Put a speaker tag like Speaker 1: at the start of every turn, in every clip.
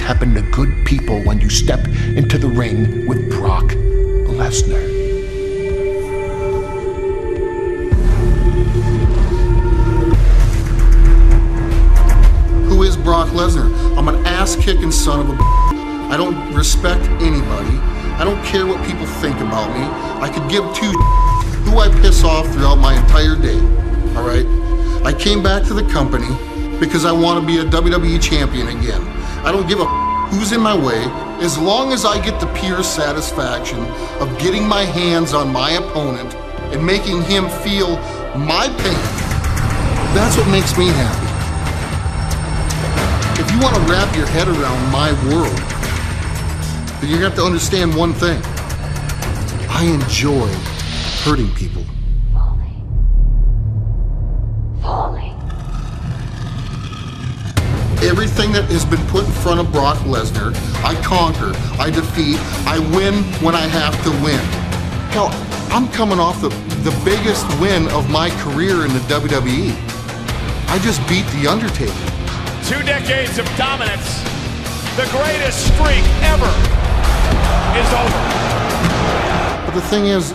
Speaker 1: happen to good people when you step into the ring with Brock Lesnar. Who is Brock Lesnar? I'm an ass kicking son of a. I don't respect anybody. I don't care what people think about me. I could give two who I piss off throughout my entire day. All right? I came back to the company because I want to be a WWE champion again. I don't give a who's in my way as long as I get the pure satisfaction of getting my hands on my opponent and making him feel my pain. That's what makes me happy. If you want to wrap your head around my world, then you have to understand one thing. I enjoy hurting people.
Speaker 2: Falling. Falling.
Speaker 1: Everything that has been put in front of Brock Lesnar, I conquer, I defeat, I win when I have to win. Hell, I'm coming off the, the biggest win of my career in the WWE. I just beat The Undertaker.
Speaker 3: Two decades of dominance, the greatest streak ever is over.
Speaker 1: But the thing is,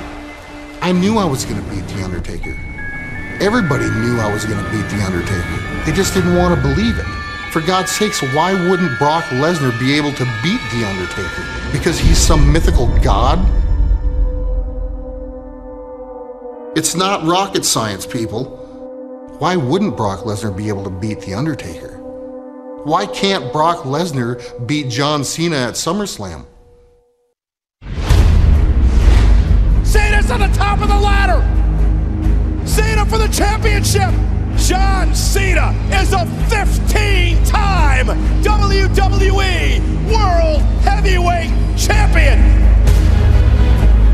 Speaker 1: I knew I was going to beat The Undertaker. Everybody knew I was going to beat The Undertaker. They just didn't want to believe it. For God's sakes, why wouldn't Brock Lesnar be able to beat The Undertaker? Because he's some mythical god? It's not rocket science, people. Why wouldn't Brock Lesnar be able to beat The Undertaker? Why can't Brock Lesnar beat John Cena at SummerSlam?
Speaker 3: Cena's on the top of the ladder. Cena for the championship. John Cena is a 15 time WWE E World Heavyweight Champion.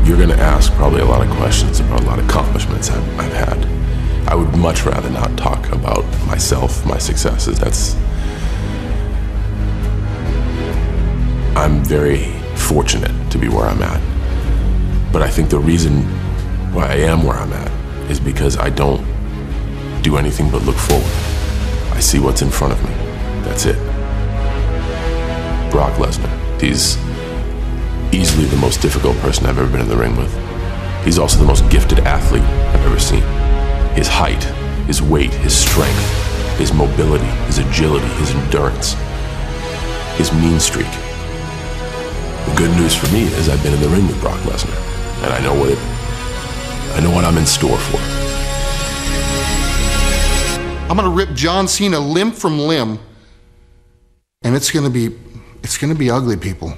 Speaker 4: You're going to ask probably a lot of questions about a lot of accomplishments I've, I've had. I would much rather not talk about myself, my successes. That's. I'm very fortunate to be where I'm at. But I think the reason why I am where I'm at is because I don't do anything but look forward. I see what's in front of me. That's it. Brock Lesnar. He's easily the most difficult person I've ever been in the ring with. He's also the most gifted athlete I've ever seen. His height, his weight, his strength, his mobility, his agility, his endurance, his mean streak. The good news for me is I've been in the ring with Brock Lesnar, and I know what it, I know what I'm in store for.
Speaker 1: I'm gonna rip John Cena limb from limb, and it's gonna be it's gonna be ugly, people.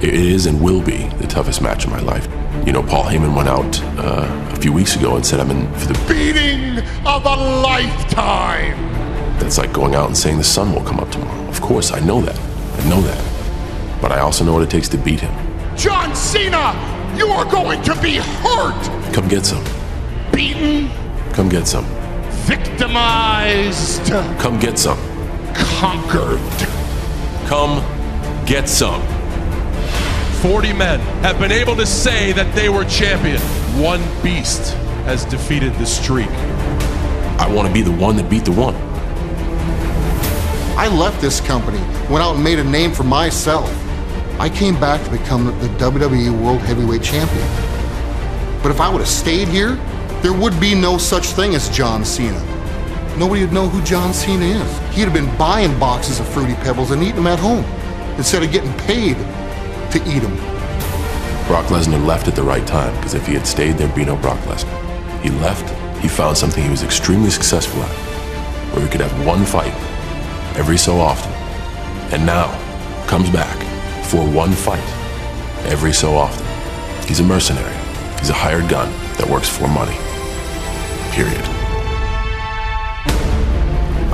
Speaker 4: It is and will be the toughest match of my life. You know, Paul Heyman went out uh, a few weeks ago and said, "I'm in for the."
Speaker 3: Beating of a lifetime.
Speaker 4: That's like going out and saying the sun will come up tomorrow. Of course, I know that. I know that. But I also know what it takes to beat him.
Speaker 3: John Cena, you are going to be hurt,
Speaker 4: Come get some.
Speaker 3: beaten,
Speaker 4: Come get some.
Speaker 3: victimized,
Speaker 4: Come get some.
Speaker 3: conquered.
Speaker 5: Come get some. 40 men have been able to say that they were champion. One beast has defeated the streak.
Speaker 4: I want to be the one that beat the one.
Speaker 1: I left this company, went out and made a name for myself. I came back to become the WWE World Heavyweight Champion. But if I would have stayed here, there would be no such thing as John Cena. Nobody would know who John Cena is. He'd have been buying boxes of Fruity Pebbles and eating them at home instead of getting paid to eat them.
Speaker 4: Brock Lesnar left at the right time because if he had stayed, there'd be no Brock Lesnar. He left, he found something he was extremely successful at, where he could have one fight every so often, and now comes back for one fight every so often. He's a mercenary, he's a hired gun that works for money. Period.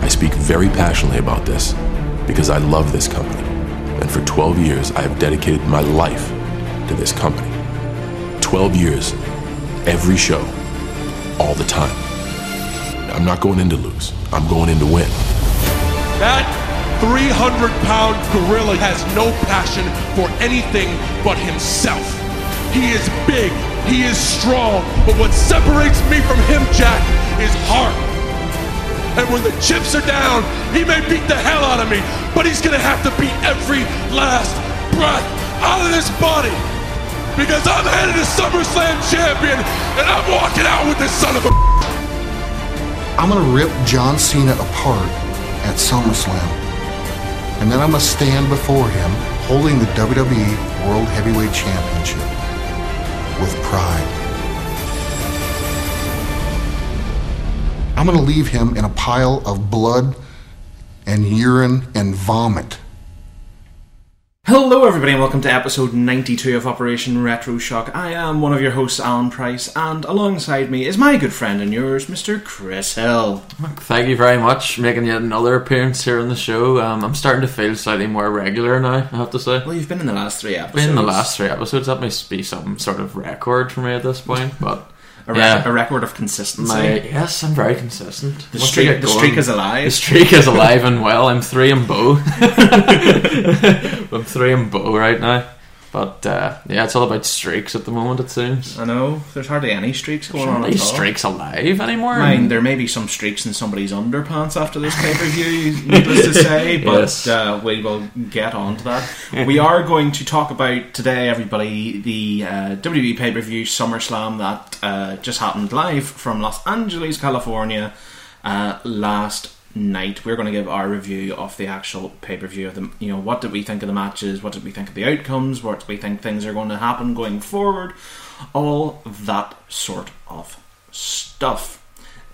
Speaker 4: I speak very passionately about this because I love this company. And for 12 years, I have dedicated my life to this company. 12 years, every show, all the time. I'm not going in to lose, I'm going in to win.
Speaker 5: That 300 pound gorilla has no passion for anything but himself. He is big, he is strong, but what separates me from him, Jack, is heart. And when the chips are down, he may beat the hell out of me, but he's going to have to beat every last breath out of this body. Because I'm headed to SummerSlam champion, and I'm walking out with this son of a.
Speaker 1: I'm gonna rip John Cena apart at SummerSlam. And then I'm gonna stand before him holding the WWE World Heavyweight Championship with pride. I'm gonna leave him in a pile of blood and urine and vomit.
Speaker 6: Hello, everybody, and welcome to episode 92 of Operation Retro Shock. I am one of your hosts, Alan Price, and alongside me is my good friend and yours, Mr. Chris Hill.
Speaker 7: Thank you very much for making yet another appearance here on the show. Um, I'm starting to feel slightly more regular now, I have to say.
Speaker 6: Well, you've been in the last three episodes.
Speaker 7: Been in the last three episodes, that must be some sort of record for me at this point, but.
Speaker 6: A, re-
Speaker 7: yeah,
Speaker 6: a record of consistency.
Speaker 7: my, yes, I'm very consistent.
Speaker 6: the
Speaker 7: Once I
Speaker 6: streak,
Speaker 7: get
Speaker 6: the
Speaker 7: going-
Speaker 6: streak is
Speaker 7: The
Speaker 6: alive.
Speaker 7: streak is alive and well. I'm three and bow. I'm three and bow right now. But uh, yeah, it's all about streaks at the moment, it seems.
Speaker 6: I know, there's hardly any streaks going
Speaker 7: Are
Speaker 6: on at
Speaker 7: these
Speaker 6: all.
Speaker 7: streaks alive anymore?
Speaker 6: Mind, there may be some streaks in somebody's underpants after this pay per view, needless to say, but
Speaker 7: Yes.
Speaker 6: uh, we will get on to that. we are going to talk about today, everybody, the uh, WWE pay per view SummerSlam that uh, just happened live from Los Angeles, California uh, last night. We're going to give our review of the actual pay per view of the, you know, what did we think of the matches, what did we think of the outcomes, what did we think things are going to happen going forward, all that sort of stuff.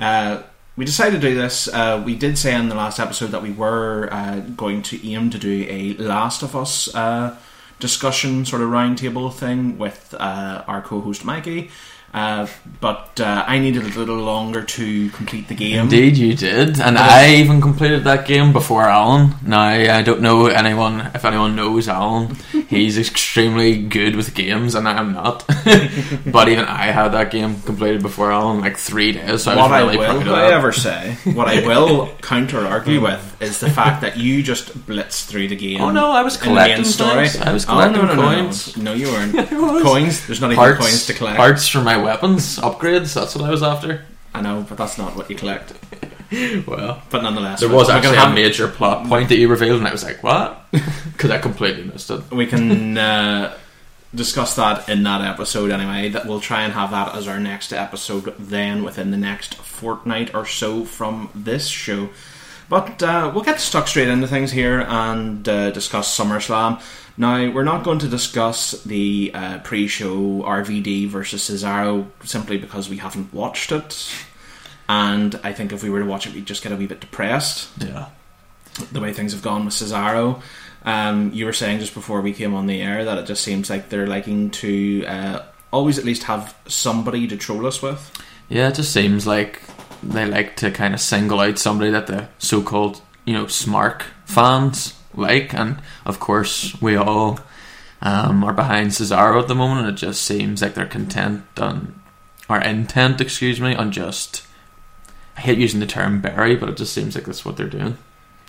Speaker 6: Uh, we decided to do this. Uh, we did say in the last episode that we were uh, going to aim to do a Last of Us uh, discussion, sort of roundtable thing with uh, our co host Mikey. Uh, but uh, I needed a little longer to complete the game.
Speaker 7: Indeed, you did, and I even completed that game before Alan. Now I don't know anyone if anyone knows Alan. He's extremely good with games, and I'm not. but even I had that game completed before Alan, like three days. So I was
Speaker 6: What I
Speaker 7: really
Speaker 6: will,
Speaker 7: proud of that.
Speaker 6: however, say, what I will counter argue
Speaker 7: Hmm.
Speaker 6: with is the fact that you just blitzed through the game.
Speaker 7: Oh, no, I was
Speaker 6: in the main
Speaker 7: collecting things. I was
Speaker 6: Oh, no, no,
Speaker 7: collecting
Speaker 6: no, no.
Speaker 7: coins.
Speaker 6: No, you weren't.
Speaker 7: was.
Speaker 6: Coins. There's not even
Speaker 7: Parts,
Speaker 6: coins to collect.
Speaker 7: parts for my weapons, upgrades. That's what I was after.
Speaker 6: I know, but that's not what you collect.
Speaker 7: Well,
Speaker 6: But nonetheless,
Speaker 7: there
Speaker 6: we-
Speaker 7: was
Speaker 6: we
Speaker 7: actually
Speaker 6: can
Speaker 7: a major plot point that you revealed, and I was like, "What?" Because I completely missed it.
Speaker 6: we can uh, discuss that in that episode anyway. That we'll try and have that as our next episode then within the next fortnight or so from this show. But uh, we'll get stuck straight into things here and uh, discuss SummerSlam. Now we're not going to discuss the uh, pre-show RVD versus Cesaro simply because we haven't watched it, and I think if we were to watch it, we'd just get a wee bit depressed
Speaker 7: Yeah.
Speaker 6: the way things have gone with Cesaro. Um, you were saying just before we came on the air that it just seems like they're liking to uh, always at least have somebody to troll us with.
Speaker 7: Yeah, it just seems like they like to kind of single out somebody that the so-called you know smart fans like, and of course we all um, are behind Cesaro at the moment, and it just seems like they're content on or intent, excuse me, on just. I hate using the term bury, but it just seems like that's what they're doing.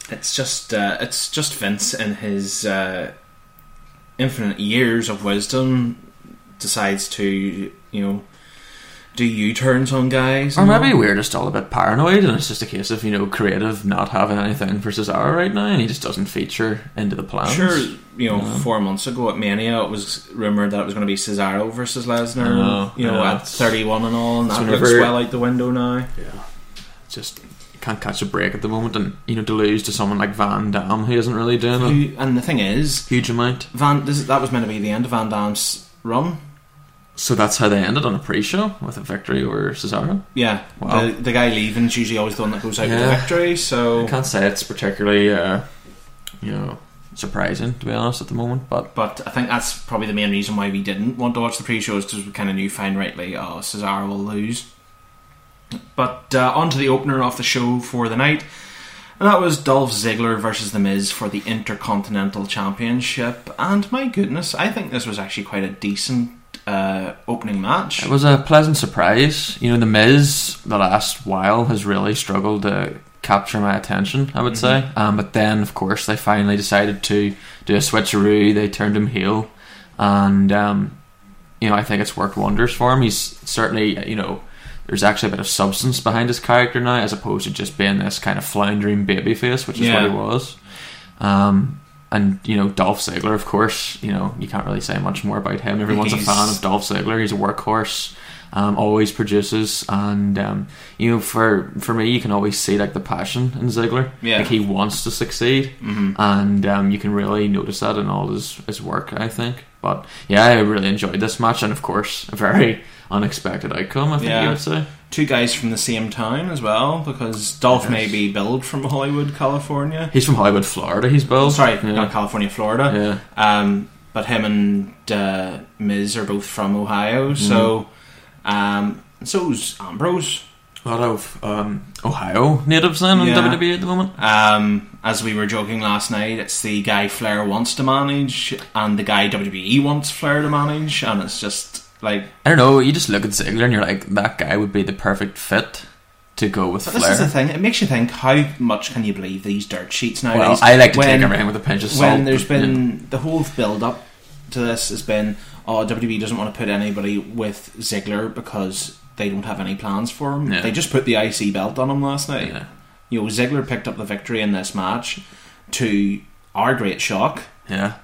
Speaker 6: It's just uh, it's just Vince and his uh, infinite years of wisdom decides to you know do U turns on guys.
Speaker 7: Or
Speaker 6: and
Speaker 7: maybe
Speaker 6: all.
Speaker 7: we're just all a bit paranoid, and it's just a case of you know creative not having anything for Cesaro right now, and he just doesn't feature into the plans.
Speaker 6: Sure, you know, four months ago at Mania, it was rumored that it was going to be Cesaro versus Lesnar.
Speaker 7: I know,
Speaker 6: you know,
Speaker 7: I know,
Speaker 6: at
Speaker 7: it's-
Speaker 6: thirty-one and all, and
Speaker 7: it's
Speaker 6: that looks
Speaker 7: whenever-
Speaker 6: well out the window now.
Speaker 7: just can't catch a break at the moment, and you know to lose to someone like Van Dam who isn't really doing a
Speaker 6: Who- and the thing is,
Speaker 7: huge amount.
Speaker 6: Van this, that was meant to be the end of Van Damme's run.
Speaker 7: So that's how they ended on a pre-show with a victory over Cesaro.
Speaker 6: Yeah,
Speaker 7: Wow.
Speaker 6: the, the guy leaving is usually always the one that goes out with
Speaker 7: Yeah.
Speaker 6: the victory.
Speaker 7: I
Speaker 6: So,
Speaker 7: can't say it's particularly uh, you know surprising to be honest at the moment, but
Speaker 6: but I think that's probably the main reason why we didn't want to watch the pre-shows because we kind of knew fine rightly, oh, Cesaro will lose. But uh, on to the opener of the show for the night. And that was Dolph Ziggler versus The Miz for the Intercontinental Championship. And my goodness, I think this was actually quite a decent uh, opening match.
Speaker 7: it was a pleasant surprise. You know, the Miz the last while has really struggled to capture my attention. I would say,
Speaker 6: Mm-hmm.
Speaker 7: um, but then of course they finally decided to do a switcheroo. They turned him heel, and um, you know, I think it's worked wonders for him. He's certainly, you know, there's actually a bit of substance behind his character now, as opposed to just being this kind of floundering babyface, which is
Speaker 6: Yeah.
Speaker 7: what he was. Um, and you know Dolph Ziggler, of course. You know you can't really say much more about him. Everyone's
Speaker 6: He's-
Speaker 7: a fan of Dolph Ziggler. He's a workhorse. Um, always produces, and um, you know, for for me, you can always see like the passion in Ziggler.
Speaker 6: Yeah. Mm-hmm.
Speaker 7: like he wants to succeed, and um, you can really notice that in all his his work. I think, but yeah, I really enjoyed this match, and of course, a very unexpected outcome. I think
Speaker 6: Yeah.
Speaker 7: you would say.
Speaker 6: Two guys from the same town as well, because Dolph may be billed from Hollywood, California.
Speaker 7: He's from Hollywood, Florida. He's Bill.
Speaker 6: Sorry,
Speaker 7: yeah.
Speaker 6: not California, Florida. Um, but him and uh, Miz are both from Ohio, so um, so's Ambrose.
Speaker 7: a lot of um, Ohio natives then in
Speaker 6: Yeah.
Speaker 7: WWE at the moment.
Speaker 6: Um, as we were joking last night, it's the guy Flair wants to manage and the guy WWE wants Flair to manage, and it's just like
Speaker 7: I don't know. You just look at Ziggler and you're like, that guy would be the perfect fit to go with
Speaker 6: But
Speaker 7: Flair.
Speaker 6: this is the thing. It makes you think: how much can you believe these dirt sheets nowadays?
Speaker 7: Well, I like to take everything with a pinch of salt.
Speaker 6: When there's
Speaker 7: but, you know.
Speaker 6: been the whole build-up to this has been, oh, WWE doesn't want to put anybody with Ziggler because they don't have any plans for him.
Speaker 7: Yeah.
Speaker 6: They just put the IC belt on him last night.
Speaker 7: Yeah.
Speaker 6: You know, Ziggler picked up the victory in this match. To our great shock,
Speaker 7: yeah.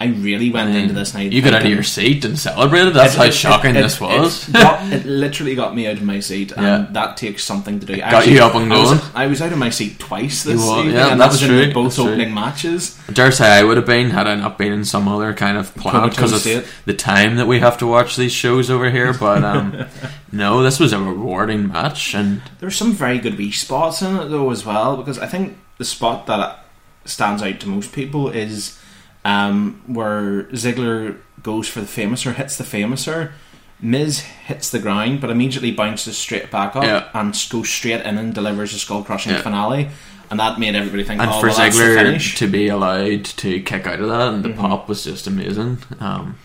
Speaker 6: I really went into this night.
Speaker 7: You got out of
Speaker 6: thinking-
Speaker 7: your seat and celebrated. That's
Speaker 6: It-
Speaker 7: how
Speaker 6: it-
Speaker 7: shocking
Speaker 6: it-
Speaker 7: this
Speaker 6: it-
Speaker 7: was.
Speaker 6: It, got- it literally got me out of my seat, and
Speaker 7: Yeah.
Speaker 6: that takes something to do.
Speaker 7: got you up and
Speaker 6: I was-
Speaker 7: going.
Speaker 6: I was, out of my seat twice this
Speaker 7: You were,
Speaker 6: evening,
Speaker 7: yeah,
Speaker 6: and that was
Speaker 7: that's
Speaker 6: in
Speaker 7: true,
Speaker 6: both
Speaker 7: that's true.
Speaker 6: opening matches.
Speaker 7: I dare say I would have been had I not been in some other kind of plan
Speaker 6: Comatose
Speaker 7: because of
Speaker 6: state.
Speaker 7: the time that we have to watch these shows over here. But um, no, this was a rewarding match, and
Speaker 6: There were some very good wee spots in it though as well, because I think the spot that stands out to most people is um, where Ziggler goes for the famouser, hits the famouser. Miz hits the ground, but immediately bounces straight back up
Speaker 7: Yeah.
Speaker 6: and goes straight in and delivers a skull crushing
Speaker 7: Yeah.
Speaker 6: finale. And that made everybody think,
Speaker 7: and
Speaker 6: oh,
Speaker 7: for
Speaker 6: well, that's the
Speaker 7: Ziggler
Speaker 6: finish. Mm-hmm.
Speaker 7: to be allowed to kick out of that, and the pop was just amazing. Um,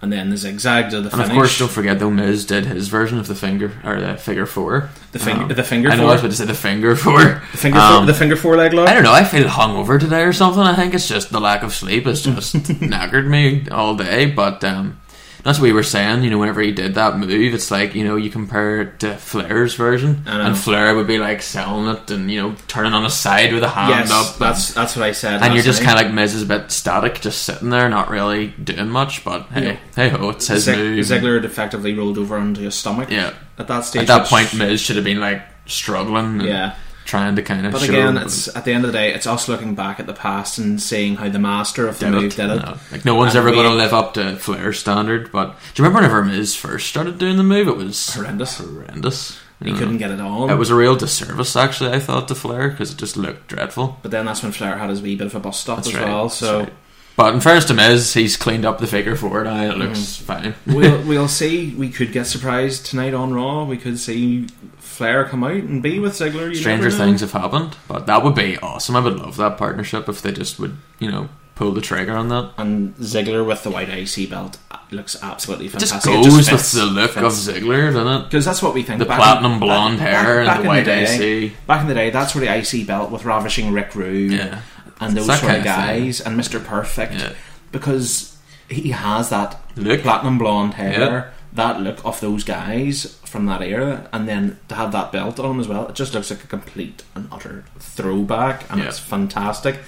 Speaker 6: and then the zigzag to the
Speaker 7: And
Speaker 6: finish.
Speaker 7: of course, don't forget though, Miz did his version of the finger or the figure four. Um,
Speaker 6: The fing- the finger
Speaker 7: I know
Speaker 6: four?
Speaker 7: I was about to say the finger four.
Speaker 6: the finger,
Speaker 7: Um,
Speaker 6: four, the finger four leg lock.
Speaker 7: I don't know. I feel hungover today or something. I think it's just the lack of sleep has just knackered me all day. But um, that's what we were saying. You know, whenever he did that move, it's like you know you compare it to Flair's version,
Speaker 6: know.
Speaker 7: and Flair would be like selling it and you know turning on his side with a hand
Speaker 6: Yes,
Speaker 7: up.
Speaker 6: that's that's what I said.
Speaker 7: Um, and you're just kind of like Miz is a bit static, just sitting there, not really doing much. But hey, hey ho, it's his move.
Speaker 6: Ziggler had effectively rolled over onto his stomach.
Speaker 7: Yeah.
Speaker 6: at that stage.
Speaker 7: at that
Speaker 6: which-
Speaker 7: point, Miz should have been like struggling, and
Speaker 6: Yeah.
Speaker 7: trying to kind of.
Speaker 6: But
Speaker 7: show,
Speaker 6: again, it's at the end of the day, it's us looking back at the past and seeing how the master of the
Speaker 7: did it.
Speaker 6: move did it.
Speaker 7: No, like no one's
Speaker 6: And
Speaker 7: ever
Speaker 6: we-
Speaker 7: going to live up to Flair's standard. But do you remember whenever Miz first started doing the move? It was
Speaker 6: Horrendous.
Speaker 7: Horrendous.
Speaker 6: He
Speaker 7: You know.
Speaker 6: couldn't get it on.
Speaker 7: It was a real disservice, actually. I thought to Flair because it just looked dreadful.
Speaker 6: but then that's when Flair had his wee bit of a bus stop
Speaker 7: That's
Speaker 6: as
Speaker 7: right,
Speaker 6: well.
Speaker 7: that's
Speaker 6: So
Speaker 7: right. But in fairness to Miz, he's cleaned up the figure four now. It looks fine.
Speaker 6: Mm. we'll we'll see. We could get surprised tonight on Raw. We could see Flair come out and be with Ziggler. You
Speaker 7: Stranger
Speaker 6: never know.
Speaker 7: things have happened, but that would be awesome. I would love that partnership if they just would, you know, pull the trigger on that.
Speaker 6: and Ziggler with the white IC belt looks absolutely
Speaker 7: It just
Speaker 6: fantastic.
Speaker 7: goes with the look of Ziggler, doesn't it?
Speaker 6: because that's what we think.
Speaker 7: The
Speaker 6: Back
Speaker 7: platinum
Speaker 6: in-
Speaker 7: blonde hair and the
Speaker 6: in
Speaker 7: white
Speaker 6: day-
Speaker 7: IC.
Speaker 6: Back in the day, that's where the IC belt with ravishing Rick Rude
Speaker 7: Yeah.
Speaker 6: and those
Speaker 7: It's that
Speaker 6: sort of
Speaker 7: kind of thing.
Speaker 6: guys and Mister Perfect
Speaker 7: Yeah.
Speaker 6: because he has that
Speaker 7: Look.
Speaker 6: platinum blonde hair.
Speaker 7: Yeah.
Speaker 6: That look of those guys from that era, and then to have that belt on as well, it just looks like a complete and utter throwback, and
Speaker 7: Yeah.
Speaker 6: it's fantastic.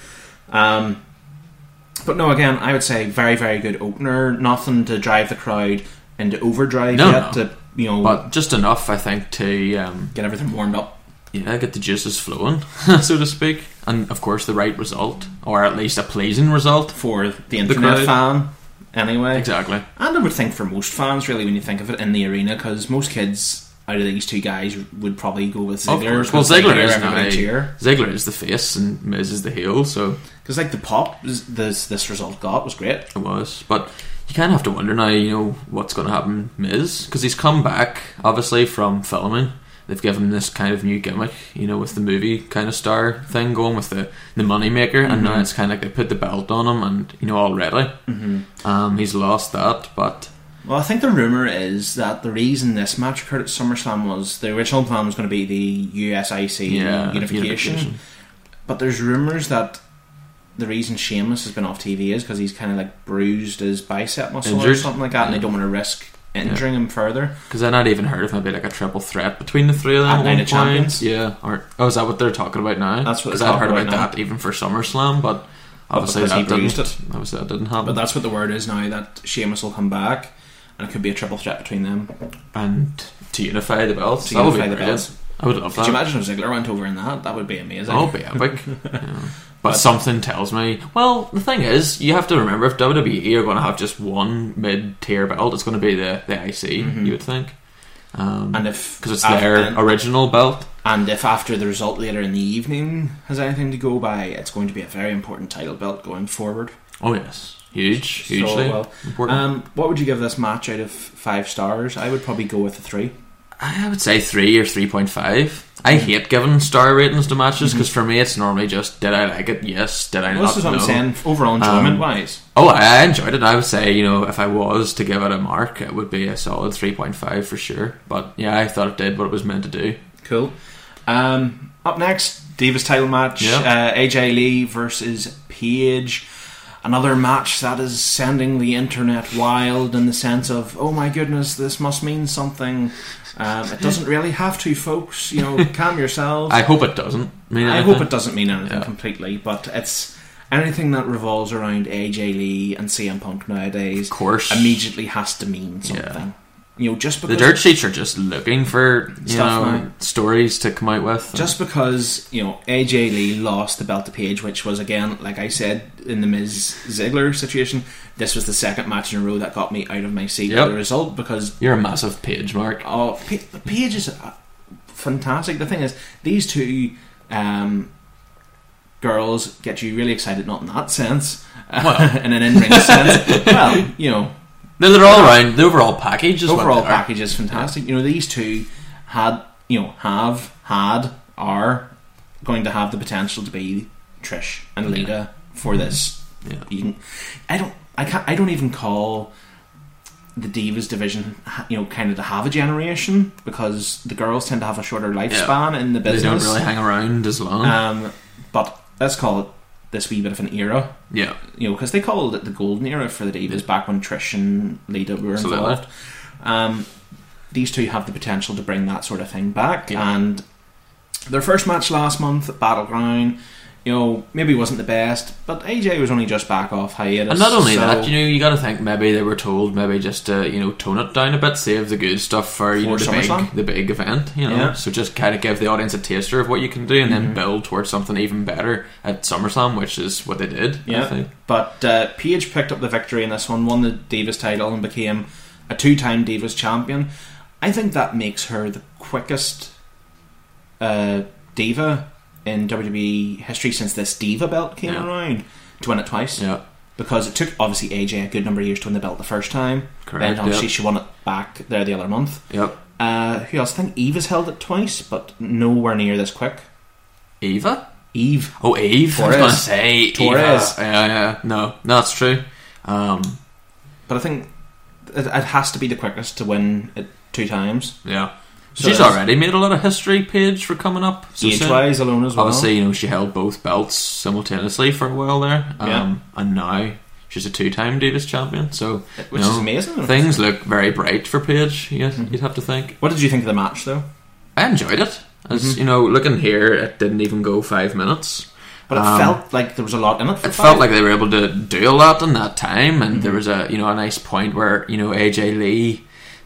Speaker 6: Um, but no, again, I would say very, very good opener. Nothing to drive the crowd into overdrive
Speaker 7: No,
Speaker 6: yet
Speaker 7: no.
Speaker 6: to you know
Speaker 7: But just enough, I think, to um,
Speaker 6: get everything warmed up.
Speaker 7: yeah, get the juices flowing, so to speak, and of course the right result, or at least a pleasing result.
Speaker 6: for the internet fan anyway.
Speaker 7: Exactly.
Speaker 6: And I would think for most fans, really, when you think of it in the arena, because most kids out of these two guys would probably go with
Speaker 7: Of
Speaker 6: Ziggler.
Speaker 7: course. Well, Ziggler is now. Ziggler is the face and Miz is the heel, so
Speaker 6: Because, like, the pop this, this result got was great.
Speaker 7: It was, but you kind of have to wonder now. You know what's going to happen, Miz, because he's come back obviously from filming. They've given him this kind of new gimmick, you know, with the movie kind of star thing going with the the moneymaker, and
Speaker 6: Mm-hmm.
Speaker 7: now it's kind of like they put the belt on him, and you know already, mm-hmm. um, he's lost that. But
Speaker 6: Well, I think the rumour is that the reason this match occurred at SummerSlam was the original plan was going to be the USIC
Speaker 7: yeah,
Speaker 6: unification.
Speaker 7: unification.
Speaker 6: But there's rumours that the reason Sheamus has been off TV is because he's kind of like bruised his bicep muscle or
Speaker 7: Injured?
Speaker 6: something like that, and they
Speaker 7: Yeah.
Speaker 6: don't want to risk injuring him further.
Speaker 7: Because I'd not even heard of maybe like a triple threat between the three of them.
Speaker 6: At
Speaker 7: At
Speaker 6: Night
Speaker 7: one
Speaker 6: of Champions?
Speaker 7: point. yeah. Or oh, is that what they're talking about now?
Speaker 6: That's what
Speaker 7: Because
Speaker 6: they're
Speaker 7: I'd heard
Speaker 6: talking
Speaker 7: about
Speaker 6: about now.
Speaker 7: that even for SummerSlam, but obviously
Speaker 6: because
Speaker 7: that
Speaker 6: he
Speaker 7: didn't.
Speaker 6: bruised it.
Speaker 7: Obviously that didn't happen.
Speaker 6: But that's what the word is now that Sheamus will come back, and it could be a triple threat between them.
Speaker 7: and to unify the belts,
Speaker 6: To
Speaker 7: that would be
Speaker 6: unify the
Speaker 7: brilliant.
Speaker 6: belts.
Speaker 7: I would love
Speaker 6: Could
Speaker 7: that.
Speaker 6: you imagine if Ziggler went over in that? That would be amazing.
Speaker 7: That would be epic. Yeah. But something tells me. Well, the thing is, you have to remember if WWE are going to have just one mid-tier belt, it's going to be the the IC. You would think
Speaker 6: and if
Speaker 7: because it's
Speaker 6: af-
Speaker 7: their
Speaker 6: Mm-hmm. Ah, and,
Speaker 7: original belt.
Speaker 6: and if after the result later in the evening has anything to go by, it's going to be a very important title belt going forward.
Speaker 7: Oh yes, huge, hugely
Speaker 6: so, well,
Speaker 7: important.
Speaker 6: um, what would you give this match out of five stars? I would probably go with a three.
Speaker 7: I would say three or three point five.
Speaker 6: Mm.
Speaker 7: I hate giving star ratings to matches because for me it's normally just did I like it? Yes. Did I
Speaker 6: Well,
Speaker 7: not?
Speaker 6: this is Mm-hmm. what
Speaker 7: no.
Speaker 6: I'm saying.
Speaker 7: Um,
Speaker 6: Overall enjoyment wise,
Speaker 7: Oh, I I enjoyed it. I would say, you know, if I was to give it a mark, it would be a solid 3.5 for sure. But yeah, I thought it did what it was meant to do.
Speaker 6: cool. Um, up next, Divas title match:
Speaker 7: Yeah.
Speaker 6: uh, AJ Lee versus Paige. Another match that is sending the internet wild in the sense of, oh my goodness, this must mean something. Um, it doesn't really have to, folks. You know, calm yourselves.
Speaker 7: I hope it doesn't. mean
Speaker 6: I
Speaker 7: anything.
Speaker 6: hope it doesn't mean anything
Speaker 7: Yeah.
Speaker 6: completely, but it's anything that revolves around AJ Lee and CM Punk nowadays. Of
Speaker 7: course.
Speaker 6: immediately has to mean something. You know, just
Speaker 7: The
Speaker 6: because
Speaker 7: dirt sheets are just looking for you
Speaker 6: Stuff
Speaker 7: know
Speaker 6: now.
Speaker 7: stories to come out with.
Speaker 6: just because you know AJ Lee lost the belt to Page, which was again, like I said in the Miz Ziggler situation, this was the second match in a row that got me out of my seat.
Speaker 7: Yep.
Speaker 6: with The result because
Speaker 7: You're a massive page, Mark.
Speaker 6: Oh, Pa- Paige is uh, fantastic. The thing is, these two um, girls get you really excited, not in that sense,
Speaker 7: Well.
Speaker 6: in an in-ring sense. well, you know,
Speaker 7: No, they're all around. The overall package is what
Speaker 6: overall
Speaker 7: they are.
Speaker 6: package is fantastic. You know, these two had, you know, have had are going to have the potential to be Trish and Lita for this.
Speaker 7: Yeah.
Speaker 6: You can, I don't. I can't. I don't even call the divas division. You know, kind of to have a generation because the girls tend to have a shorter lifespan in the
Speaker 7: They don't
Speaker 6: business.
Speaker 7: really hang around as long.
Speaker 6: um, but let's call it this wee bit of an era
Speaker 7: yeah,
Speaker 6: you know, because they called it the golden era for the Divas back when Trish and Lita were
Speaker 7: Absolutely.
Speaker 6: involved. Um, these two have the potential to bring that sort of thing back,
Speaker 7: Yeah.
Speaker 6: and their first match last month at Battleground, you know, maybe wasn't the best, but AJ was only just back off hiatus.
Speaker 7: and not only
Speaker 6: so-
Speaker 7: that, you know, you got to think maybe they were told maybe just to you know tone it down a bit, save the good stuff for you know,
Speaker 6: For
Speaker 7: the big
Speaker 6: SummerSlam?
Speaker 7: the big event, you know.
Speaker 6: Yeah. Mm-hmm.
Speaker 7: So just kind of give the audience a taster of what you can do, and then build towards something even better at SummerSlam, which is what they did. I
Speaker 6: Yeah,
Speaker 7: think.
Speaker 6: but uh, Paige picked up the victory in this one, won the Divas title, and became a two-time Divas champion. I think that makes her the quickest uh, diva in WWE history since this diva belt came
Speaker 7: Yeah.
Speaker 6: around to win it twice.
Speaker 7: Yeah.
Speaker 6: Because it took obviously AJ a good number of years to win the belt the first time.
Speaker 7: Correct,
Speaker 6: Then obviously
Speaker 7: yeah.
Speaker 6: she won it back there the other month.
Speaker 7: Yep.
Speaker 6: Uh, who else? I think Eve has held it twice, but nowhere near this quick.
Speaker 7: Eva.
Speaker 6: Eve
Speaker 7: Oh, Eve. I
Speaker 6: Torres.
Speaker 7: was going to say Eva.
Speaker 6: Torres.
Speaker 7: Yeah, yeah. No, no, that's true. Um,
Speaker 6: But I think it, it has to be the quickest to win it two times.
Speaker 7: yeah.
Speaker 6: So
Speaker 7: She's
Speaker 6: that's-
Speaker 7: already made a lot of history page for coming up. So
Speaker 6: Age
Speaker 7: soon.
Speaker 6: wise alone as well.
Speaker 7: Obviously, you know, she held both belts simultaneously for a while there. Um,
Speaker 6: Yeah.
Speaker 7: And now she's a two time Davis champion. So,
Speaker 6: Which
Speaker 7: you
Speaker 6: is
Speaker 7: know,
Speaker 6: amazing. Mm-hmm.
Speaker 7: Things look very bright for Paige, you, you'd have to think.
Speaker 6: What did you think of the match though?
Speaker 7: I enjoyed it. As
Speaker 6: Mm-hmm.
Speaker 7: you know, looking here, it didn't even go five minutes.
Speaker 6: But it
Speaker 7: Um,
Speaker 6: felt like there was a lot in it. For
Speaker 7: It felt like they were able to do a lot in that time, and there was a you know a nice point where you know AJ Lee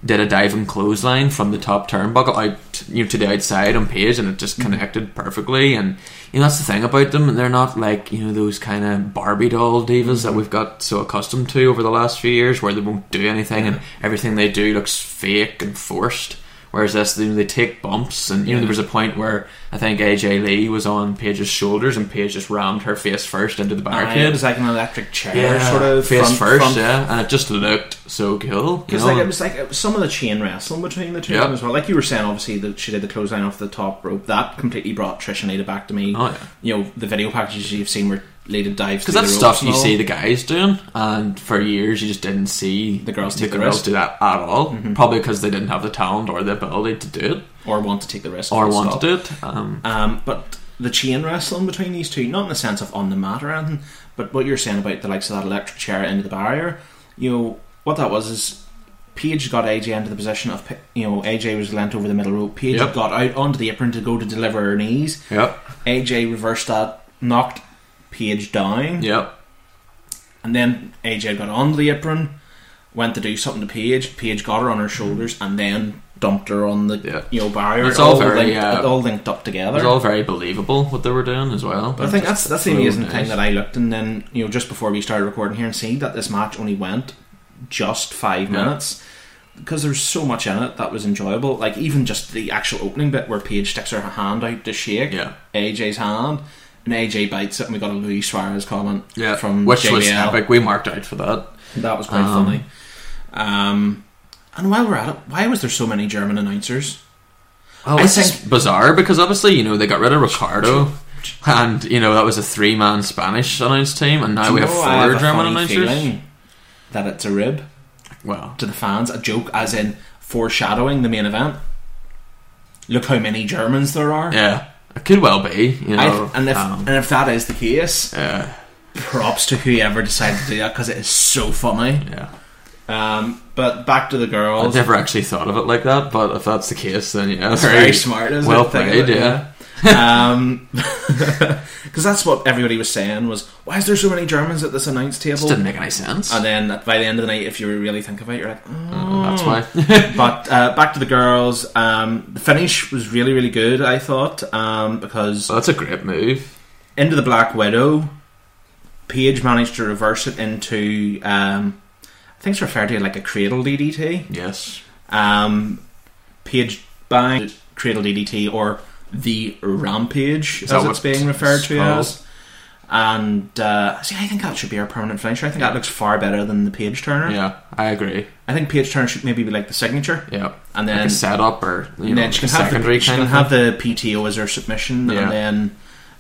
Speaker 7: did a diving clothesline from the top turnbuckle out you know to the outside on page, and it just connected perfectly. And you know that's the thing about them; they're not like you know those kind of Barbie doll divas that we've got so accustomed to over the last few years, where they won't do anything and everything they do looks fake and forced. Whereas this, you know, they take bumps, and you know there was a point where I think AJ Lee was on Paige's shoulders, and Paige just rammed her face first into the barricade.
Speaker 6: it was like an electric chair
Speaker 7: yeah,
Speaker 6: sort of
Speaker 7: face
Speaker 6: front,
Speaker 7: first,
Speaker 6: front.
Speaker 7: yeah, and it just looked so cool. You
Speaker 6: Because
Speaker 7: know?
Speaker 6: like it was like it was some of the chain wrestling between the two
Speaker 7: Yeah.
Speaker 6: of them as well. Like you were saying, obviously that she did the clothesline off the top rope. That completely brought Trish and Lita back to me.
Speaker 7: Oh, yeah.
Speaker 6: You know the video packages you've seen where Lita dives
Speaker 7: because
Speaker 6: through
Speaker 7: that's
Speaker 6: the
Speaker 7: stuff
Speaker 6: ropes
Speaker 7: you
Speaker 6: and all.
Speaker 7: see the guys doing, and for years you just didn't see
Speaker 6: The girls
Speaker 7: the
Speaker 6: take the
Speaker 7: girls
Speaker 6: risk. Mm-hmm.
Speaker 7: do that at all. Probably because they didn't have the talent or the ability to do it
Speaker 6: or want to take the risk
Speaker 7: or
Speaker 6: full
Speaker 7: want
Speaker 6: stop.
Speaker 7: to do it. Um,
Speaker 6: Um, but the chain wrestling between these two, not in the sense of on the mat or anything, but what you're saying about the likes of that electric chair into the barrier, you know, what that was is Page got AJ into the position of you know AJ was lent over the middle rope. Page
Speaker 7: Yep.
Speaker 6: got out onto the apron to go to deliver her knees.
Speaker 7: Yep.
Speaker 6: AJ reversed that, knocked Page down,
Speaker 7: Yep.
Speaker 6: and then AJ got onto the apron, went to do something to Page. Page got her on her shoulders and then dumped her on the
Speaker 7: Yeah.
Speaker 6: you know barrier.
Speaker 7: It's all very,
Speaker 6: linked,
Speaker 7: uh,
Speaker 6: it all linked up together.
Speaker 7: It was all very believable what they were doing as well.
Speaker 6: But I think that's that's the
Speaker 7: Well,
Speaker 6: amazing
Speaker 7: nice.
Speaker 6: thing that I looked and then you know just before we started recording here and seeing that this match only went just five
Speaker 7: Yeah.
Speaker 6: minutes because there's so much in it that was enjoyable. Like even just the actual opening bit where Paige sticks her hand out to shake
Speaker 7: Yeah.
Speaker 6: AJ's hand and AJ bites it and we got a Luis Suarez comment
Speaker 7: yeah,
Speaker 6: from
Speaker 7: which
Speaker 6: JBL.
Speaker 7: was epic. We marked out for that.
Speaker 6: That was quite
Speaker 7: Um,
Speaker 6: funny. Um, and while we're at it, why was there so many German announcers?
Speaker 7: Oh,
Speaker 6: I
Speaker 7: it's
Speaker 6: think-
Speaker 7: just bizarre because obviously you know they got rid of Ricardo, and you know that was a three-man Spanish announced team, and now we have
Speaker 6: No,
Speaker 7: four
Speaker 6: Oh, I a
Speaker 7: German
Speaker 6: funny
Speaker 7: announcers.
Speaker 6: feeling That it's a rib.
Speaker 7: Well,
Speaker 6: to the fans a joke as in foreshadowing the main event. Look how many Germans there are.
Speaker 7: yeah, it could well be. You
Speaker 6: I-
Speaker 7: know,
Speaker 6: and if
Speaker 7: um,
Speaker 6: and if that is the case,
Speaker 7: yeah,
Speaker 6: props to whoever decided to do that because it is so funny.
Speaker 7: yeah.
Speaker 6: Um, but back to the
Speaker 7: I've
Speaker 6: girls.
Speaker 7: never actually thought of it like that, but if that's the case, then yeah, that's
Speaker 6: very smart, isn't
Speaker 7: well
Speaker 6: it? Think
Speaker 7: played,
Speaker 6: of it,
Speaker 7: yeah.
Speaker 6: Um, because that's what everybody was saying was why is there so many Germans at this announce
Speaker 7: Just
Speaker 6: table?
Speaker 7: didn't make any sense. Mm,
Speaker 6: And then by the end of the night, if you really think about it, you're like, oh.
Speaker 7: That's why.
Speaker 6: But uh, back to the girls. Um, the finish was really, really good. I thought um, because
Speaker 7: so that's a great move.
Speaker 6: into the Black Widow. Paige managed to reverse it into, um, I think it's referred to like a cradle DDT.
Speaker 7: Yes.
Speaker 6: Um, Paige bang cradle DDT or the Rampage
Speaker 7: that
Speaker 6: as it's
Speaker 7: what
Speaker 6: being referred to
Speaker 7: it's called?
Speaker 6: as. And uh, see, I think that should be our permanent finisher. I think that looks far better than the Page Turner.
Speaker 7: Yeah, I agree.
Speaker 6: I think Page Turner should maybe be like the signature.
Speaker 7: Yeah,
Speaker 6: And
Speaker 7: like
Speaker 6: then-
Speaker 7: a setup or you
Speaker 6: And
Speaker 7: know
Speaker 6: then she can, have
Speaker 7: secondary
Speaker 6: the, she
Speaker 7: kind
Speaker 6: can
Speaker 7: of
Speaker 6: have
Speaker 7: thing.
Speaker 6: the PTO as her submission,
Speaker 7: Yeah.
Speaker 6: and then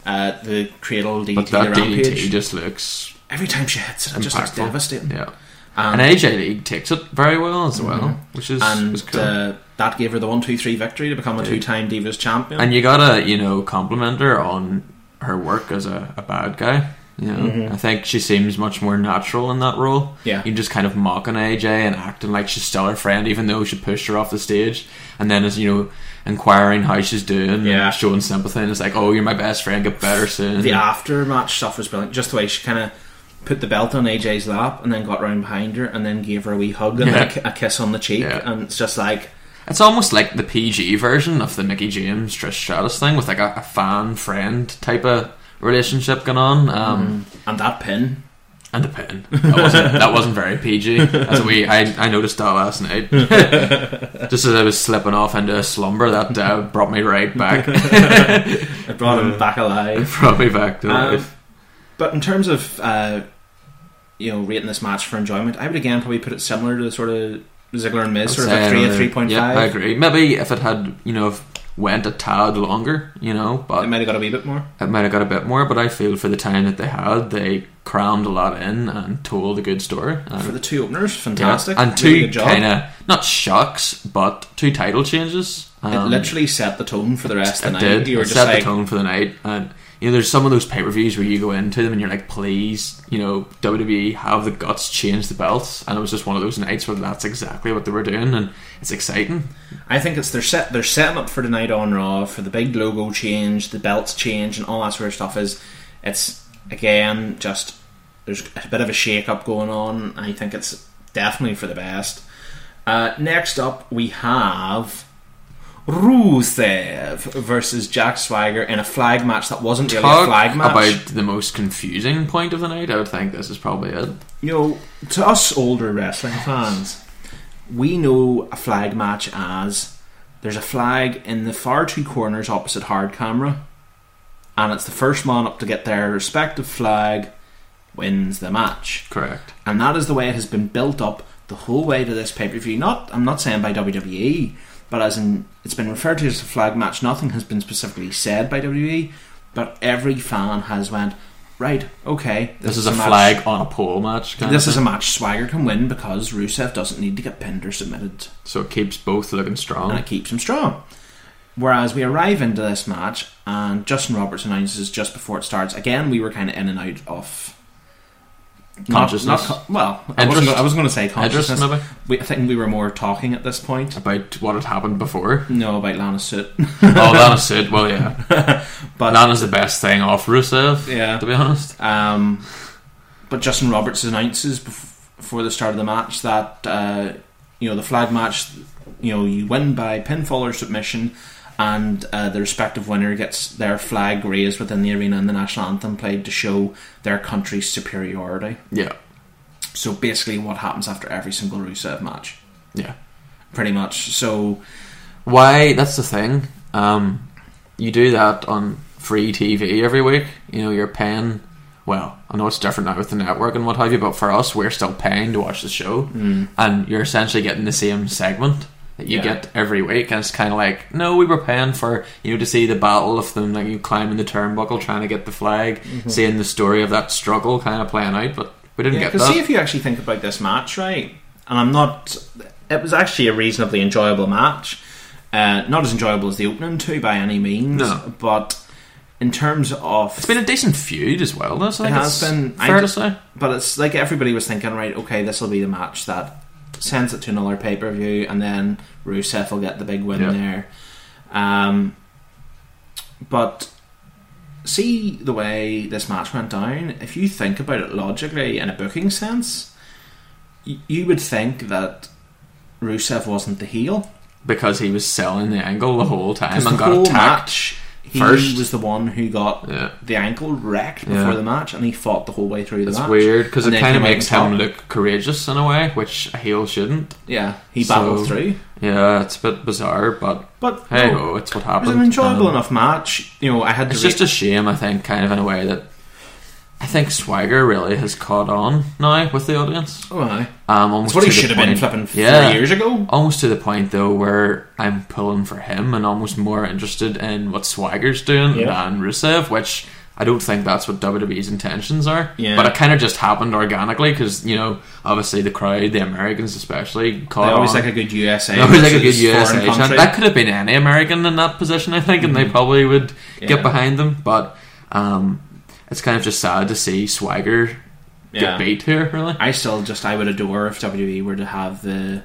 Speaker 6: uh, the Cradle DDT,
Speaker 7: but that
Speaker 6: the Rampage.
Speaker 7: DDT just looks
Speaker 6: Every time she hits it, it just looks
Speaker 7: impactful.
Speaker 6: devastating. Um,
Speaker 7: Yeah. and AJ League takes it very well as well, which is was
Speaker 6: Mm-hmm. And
Speaker 7: cool.
Speaker 6: uh, that gave her the one, two, three victory to become a two-time Divas champion.
Speaker 7: and you gotta you know compliment her on her work as a, a bad guy. You know, I think she seems much more natural in that role.
Speaker 6: Mm-hmm. Yeah.
Speaker 7: you just kind of mocking AJ and acting like she's still her friend, even though she pushed her off the stage. And then as you know, inquiring how she's doing,
Speaker 6: Yeah.
Speaker 7: and showing sympathy, and it's like, oh, you're my best friend, get better soon.
Speaker 6: the after-match stuff was brilliant. Just the way she kind of put the belt on AJ's lap and then got round behind her and then gave her a wee hug and
Speaker 7: Yeah.
Speaker 6: then a ki- a kiss on the cheek.
Speaker 7: Yeah.
Speaker 6: And it's just like,
Speaker 7: It's almost like the PG version of the Mickey James Trish Stratus thing with like a, a fan friend type of relationship going on. Um,
Speaker 6: and that pin.
Speaker 7: And the pin that wasn't, that wasn't very PG. That's we I, I noticed that last night. Just as I was slipping off into a slumber, that uh, brought me right back,
Speaker 6: It brought him back alive.
Speaker 7: brought me back to
Speaker 6: Um,
Speaker 7: life.
Speaker 6: But in terms of uh, you know rating this match for enjoyment, I would again probably put it similar to the sort of Ziggler and Miz, sort of a
Speaker 7: Saying,
Speaker 6: three
Speaker 7: uh,
Speaker 6: or three point
Speaker 7: Yeah, I
Speaker 6: five.
Speaker 7: agree. Maybe if it had you know if went a tad longer, you know, but
Speaker 6: It might have got a wee bit more.
Speaker 7: it might have got a bit more, but I feel for the time that they had, they crammed a lot in and told a good story. And,
Speaker 6: For the two openers,
Speaker 7: yeah,
Speaker 6: fantastic.
Speaker 7: and
Speaker 6: really
Speaker 7: two
Speaker 6: good job.
Speaker 7: kind of not shocks, but two title changes.
Speaker 6: It
Speaker 7: Um,
Speaker 6: literally set the tone for the rest of the
Speaker 7: it
Speaker 6: night.
Speaker 7: did.
Speaker 6: You were
Speaker 7: It
Speaker 6: just
Speaker 7: set
Speaker 6: like,
Speaker 7: the tone for the night, and you know, there's some of those pay per views where you go into them and you're like, please, you know, WWE have the guts change the belts, and it was just one of those nights where that's exactly what they were doing, and it's exciting.
Speaker 6: I think it's they're set they're setting up for tonight on Raw for the big logo change, the belts change, and all that sort of stuff. Is it's again just there's a bit of a shake up going on. I think it's definitely for the best. Uh, next up, we have Rusev versus Jack Swagger in a flag match that wasn't really a
Speaker 7: Talk
Speaker 6: flag match.
Speaker 7: about the most confusing point of the night. I would think this is probably it.
Speaker 6: You know, to us older wrestling fans, we know a flag match as there's a flag in the far two corners opposite hard camera, and it's the first man up to get their respective flag wins the match.
Speaker 7: Correct.
Speaker 6: And that is the way it has been built up the whole way to this pay per view. Not I'm not saying by WWE, but as in it's been referred to as a flag match. Nothing has been specifically said by WWE, but every fan has went right. Okay,
Speaker 7: This is a
Speaker 6: match-
Speaker 7: flag on a pole match. Kind
Speaker 6: this
Speaker 7: of
Speaker 6: is a
Speaker 7: thing.
Speaker 6: match Swagger can win because Rusev doesn't need to get pinned or submitted,
Speaker 7: so it keeps both looking strong.
Speaker 6: and it keeps him strong. Whereas we arrive into this match, and Justin Roberts announces just before it starts. Again, we were kind of in and out of
Speaker 7: consciousness
Speaker 6: Not, not co- well, I wasn't,
Speaker 7: Interest.
Speaker 6: gonna, I was going to say consciousness.
Speaker 7: maybe?
Speaker 6: We, I think we were more talking at this point.
Speaker 7: about what had happened before.
Speaker 6: No, about Lana Suit.
Speaker 7: oh, Lana's it. Well, yeah,
Speaker 6: but
Speaker 7: Lana's the best thing off Rusev.
Speaker 6: Yeah.
Speaker 7: to be honest.
Speaker 6: Um, but Justin Roberts announces bef- before the start of the match that uh, you know the flag match, you know, you win by pinfall or submission, and uh, the respective winner gets their flag raised within the arena and the national anthem played to show their country's superiority.
Speaker 7: Yeah,
Speaker 6: So basically, what happens after every single Rusev match,
Speaker 7: yeah.
Speaker 6: pretty much. So
Speaker 7: Why? That's the thing. Um, you do that on free TV every week. You know, you're paying. Well, I know it's different now with the network and what have you, but for us, we're still paying to watch the show, mm. and you're essentially getting the same segment that you
Speaker 6: Yeah.
Speaker 7: get every week. And it's kind of like, no, we were paying for you know to see the battle of them, like you climbing the turnbuckle, trying to get the flag, seeing the story of that struggle kind of playing out, but we
Speaker 6: Mm-hmm.
Speaker 7: didn't
Speaker 6: Yeah,
Speaker 7: get
Speaker 6: because
Speaker 7: that.
Speaker 6: see if you actually think about this match, right? And I'm not. It was actually a reasonably enjoyable match. Uh, not as enjoyable as the opening two by any means.
Speaker 7: No.
Speaker 6: But in terms of.
Speaker 7: it's been a decent feud as well. That's like
Speaker 6: It has
Speaker 7: it's
Speaker 6: been- I
Speaker 7: fair to
Speaker 6: just-
Speaker 7: say.
Speaker 6: but it's like everybody was thinking, right, okay, this will be the match that sends it to another pay per view, and then Rusev will get the big win
Speaker 7: Yeah.
Speaker 6: there. Um, but see the way this match went down, if you think about it logically in a booking sense, y- you would think that Rusev wasn't the heel.
Speaker 7: because he was selling the angle the whole time
Speaker 6: the
Speaker 7: and got
Speaker 6: whole
Speaker 7: attacked.
Speaker 6: match, he
Speaker 7: first.
Speaker 6: was the one who got
Speaker 7: Yeah.
Speaker 6: the ankle wrecked before
Speaker 7: Yeah.
Speaker 6: the match, and he fought the whole way through the
Speaker 7: It's
Speaker 6: match.
Speaker 7: weird because
Speaker 6: And
Speaker 7: it
Speaker 6: then
Speaker 7: kind of
Speaker 6: came out
Speaker 7: makes
Speaker 6: on
Speaker 7: him
Speaker 6: top.
Speaker 7: look courageous in a way, which a heel shouldn't.
Speaker 6: Yeah, he battled
Speaker 7: So-
Speaker 6: through.
Speaker 7: Yeah, it's a bit bizarre, but
Speaker 6: But
Speaker 7: hey,
Speaker 6: no,
Speaker 7: oh, it's what
Speaker 6: it
Speaker 7: happened.
Speaker 6: was an enjoyable
Speaker 7: Um,
Speaker 6: enough match. You know, I had to
Speaker 7: It's just
Speaker 6: rate-
Speaker 7: a shame, I think, kind of in a way that I think Swagger really has caught on now with the audience.
Speaker 6: Oh, aye.
Speaker 7: Um, almost
Speaker 6: It's what he
Speaker 7: to the
Speaker 6: should have been
Speaker 7: point-
Speaker 6: flipping three
Speaker 7: Yeah.
Speaker 6: years ago.
Speaker 7: Almost to the point though where I'm pulling for him and almost more interested in what Swagger's doing
Speaker 6: Yeah.
Speaker 7: than Rusev, which I don't think that's what WWE's intentions are.
Speaker 6: Yeah.
Speaker 7: But it kind of just happened organically because you know, obviously the crowd, the Americans especially, caught
Speaker 6: I always
Speaker 7: on.
Speaker 6: like a good USA.
Speaker 7: That was oh. like a good
Speaker 6: versus
Speaker 7: US
Speaker 6: foreign
Speaker 7: agent.
Speaker 6: country. Mm-hmm.
Speaker 7: That could have been any American in that position, I think, and they probably would
Speaker 6: Yeah.
Speaker 7: get behind them. But um, it's kind of just sad to see Swagger
Speaker 6: Yeah.
Speaker 7: get beat here, really.
Speaker 6: I still just I would adore if WWE were to have the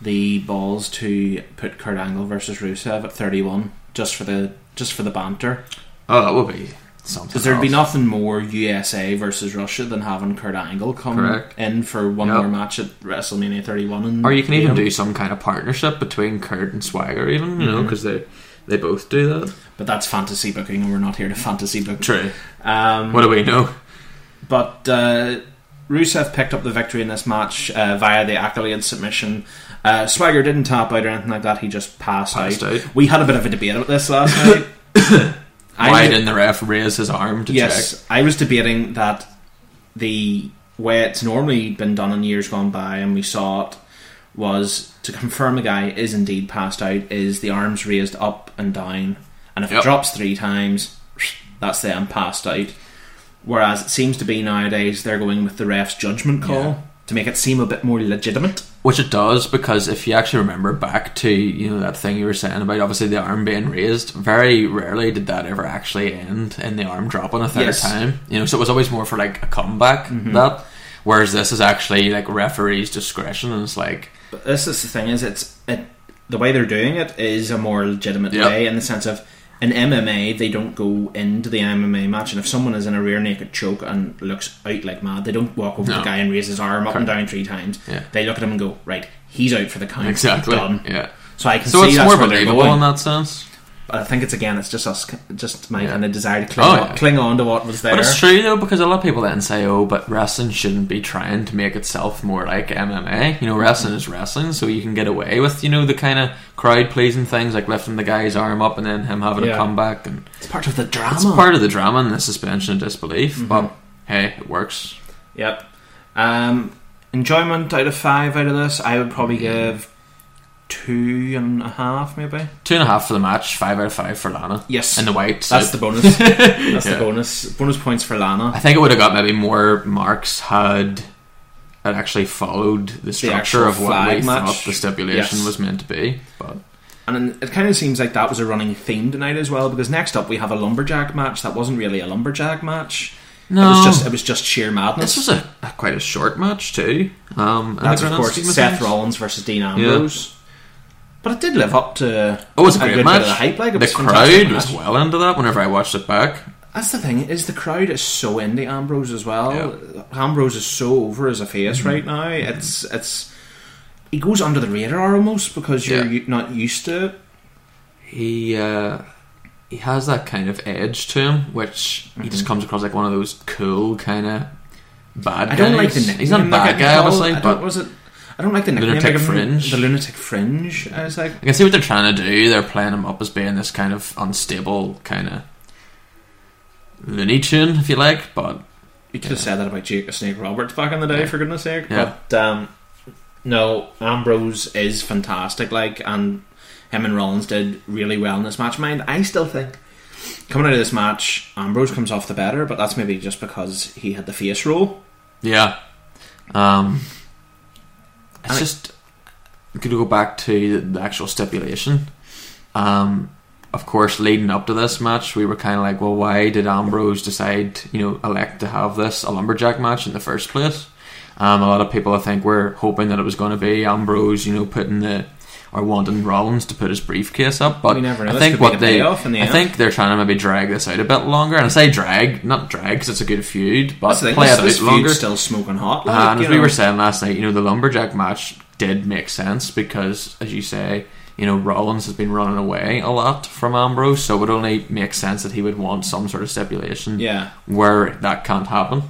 Speaker 6: the balls to put Kurt Angle versus Rusev at 31 just for the just for the banter
Speaker 7: Oh, that would be something.
Speaker 6: because there'd be
Speaker 7: else.
Speaker 6: nothing more USA versus Russia than having Kurt Angle come
Speaker 7: Correct.
Speaker 6: in for one
Speaker 7: Yep.
Speaker 6: more match at WrestleMania 31 and
Speaker 7: Or you can even
Speaker 6: know.
Speaker 7: do some kind of partnership between Kurt and Swagger, even you know, 'cause know, because they they both do that.
Speaker 6: but that's fantasy booking and we're not here to fantasy book
Speaker 7: True.
Speaker 6: um,
Speaker 7: What do we know?
Speaker 6: But uh, Rusev picked up the victory in this match uh, via the accolade submission. Uh, Swagger didn't tap out or anything like that. He just passed,
Speaker 7: Passed out.
Speaker 6: We had a bit of a debate about this last night. I
Speaker 7: Why
Speaker 6: was-
Speaker 7: didn't the ref raise his arm to
Speaker 6: Yes, I was debating that the way it's normally been done in years gone by, and we saw it, was to confirm a guy is indeed passed out, is the arms raised up and down, and if
Speaker 7: Yep.
Speaker 6: it drops three times, that's them passed out. Whereas it seems to be nowadays they're going with the ref's judgment call
Speaker 7: Yeah.
Speaker 6: to make it seem a bit more legitimate.
Speaker 7: check? Which it does because if you actually remember back to you know that thing you were saying about obviously the arm being raised, very rarely did that ever actually end in the arm dropping a third
Speaker 6: Yes.
Speaker 7: time. You know, so it was always more for like a comeback that. Whereas this is actually like referee's discretion, and it's like
Speaker 6: But this is the thing is it's it, the way they're doing it is a more legitimate
Speaker 7: Yep.
Speaker 6: way in the sense of in MMA they don't go into the MMA match and if someone is in a rear naked choke and looks out like mad they don't walk over to the
Speaker 7: No.
Speaker 6: guy and raise his arm up and down three times
Speaker 7: Yeah.
Speaker 6: they look at him and go right he's out for the count
Speaker 7: exactly,
Speaker 6: done
Speaker 7: yeah.
Speaker 6: so I can
Speaker 7: So
Speaker 6: see
Speaker 7: it's
Speaker 6: that's
Speaker 7: more
Speaker 6: where they're
Speaker 7: believable
Speaker 6: going.
Speaker 7: in that sense.
Speaker 6: but I think it's again it's just us just my
Speaker 7: Yeah.
Speaker 6: kind of desire to cling,
Speaker 7: Oh,
Speaker 6: on,
Speaker 7: yeah.
Speaker 6: cling on to what was there
Speaker 7: But it's true though, because a lot of people then say, "Oh, but wrestling shouldn't be trying to make itself more like MMA." You know, wrestling is wrestling, so you can get away with you know the kind of crowd pleasing things like lifting the guy's arm up and then him having
Speaker 6: Yeah.
Speaker 7: a comeback, and
Speaker 6: it's part of the drama
Speaker 7: it's part of the drama and the suspension of disbelief. But hey, it works.
Speaker 6: Yep. Um, enjoyment out of five out of this, I would probably give two and a half, maybe.
Speaker 7: Two and a half for the match, five out of five for Lana.
Speaker 6: Yes.
Speaker 7: and the white. So
Speaker 6: That's the bonus. That's
Speaker 7: Yeah.
Speaker 6: the bonus. Bonus points for
Speaker 7: I
Speaker 6: Lana.
Speaker 7: think it would have got maybe more marks had it actually followed the structure
Speaker 6: actual
Speaker 7: of what we
Speaker 6: flag match.
Speaker 7: thought the stipulation
Speaker 6: Yes.
Speaker 7: was meant to be. But
Speaker 6: And then it kind of seems like that was a running theme tonight as well, because next up we have a lumberjack match that wasn't really a lumberjack match. It
Speaker 7: No.
Speaker 6: was just it was just sheer madness.
Speaker 7: This was a, a quite a short match too. Um, in
Speaker 6: That's
Speaker 7: the
Speaker 6: of
Speaker 7: grand
Speaker 6: course
Speaker 7: scheme of
Speaker 6: Seth
Speaker 7: things.
Speaker 6: Rollins versus Dean Ambrose. But it did live up to
Speaker 7: Oh, it was a great
Speaker 6: good
Speaker 7: match.
Speaker 6: bit of the hype. Like it
Speaker 7: the
Speaker 6: was a fantastic
Speaker 7: crowd was
Speaker 6: match.
Speaker 7: well into that. Whenever I watched it back,
Speaker 6: That's the thing is the crowd is so into Ambrose as well. Ambrose is so over as a face
Speaker 7: Mm-hmm.
Speaker 6: right now. It's it's he goes under the radar almost because you're
Speaker 7: Yeah.
Speaker 6: u- not used to it.
Speaker 7: he uh, he has that kind of edge to him, which he
Speaker 6: Mm-hmm.
Speaker 7: just comes across like one of those cool kind of bad.
Speaker 6: I don't like
Speaker 7: guys.
Speaker 6: the nickname.
Speaker 7: He's not a
Speaker 6: they're
Speaker 7: bad
Speaker 6: getting
Speaker 7: guy,
Speaker 6: called.
Speaker 7: obviously,
Speaker 6: I
Speaker 7: but
Speaker 6: don't, was it? I don't like the nickname.
Speaker 7: Lunatic
Speaker 6: they give him
Speaker 7: Fringe.
Speaker 6: The lunatic fringe. I was like,
Speaker 7: I can see what they're trying to do. They're playing him up as being this kind of unstable kind of Looney Tune, if you like, but
Speaker 6: you could have said that about Jake the Snake Roberts back in the day, for goodness sake.
Speaker 7: Yeah.
Speaker 6: But um, no, Ambrose is fantastic. Like, and him and Rollins did really well in this match. Mind, I still think coming out of this match, Ambrose comes off the better, but that's maybe just because he had the face roll.
Speaker 7: Yeah. Um, it's
Speaker 6: I-
Speaker 7: just going to go back to the actual stipulation. Um, of course, leading up to this match, we were kind of like, well, why did Ambrose decide, you know, elect to have this a lumberjack match in the first place? Um, a lot of people, I think, were hoping that it was going to be Ambrose, you know, putting the or wanting Rollins to put his briefcase up. But
Speaker 6: We never know.
Speaker 7: I
Speaker 6: This
Speaker 7: think
Speaker 6: could be
Speaker 7: what
Speaker 6: the
Speaker 7: they,
Speaker 6: payoff in the
Speaker 7: I
Speaker 6: end.
Speaker 7: think they're trying to maybe drag this out a bit longer. And I say drag, not drag, because it's a good feud, but
Speaker 6: That's the thing.
Speaker 7: play
Speaker 6: This,
Speaker 7: a
Speaker 6: this
Speaker 7: bit
Speaker 6: feud's
Speaker 7: longer.
Speaker 6: still smoking hot. Like,
Speaker 7: Uh, and
Speaker 6: you
Speaker 7: as we
Speaker 6: know.
Speaker 7: were saying last night, you know, the lumberjack match did make sense because, as you say, you know, Rollins has been running away a lot from Ambrose, so it would only make sense that he would want some sort of stipulation
Speaker 6: Yeah.
Speaker 7: where that can't happen.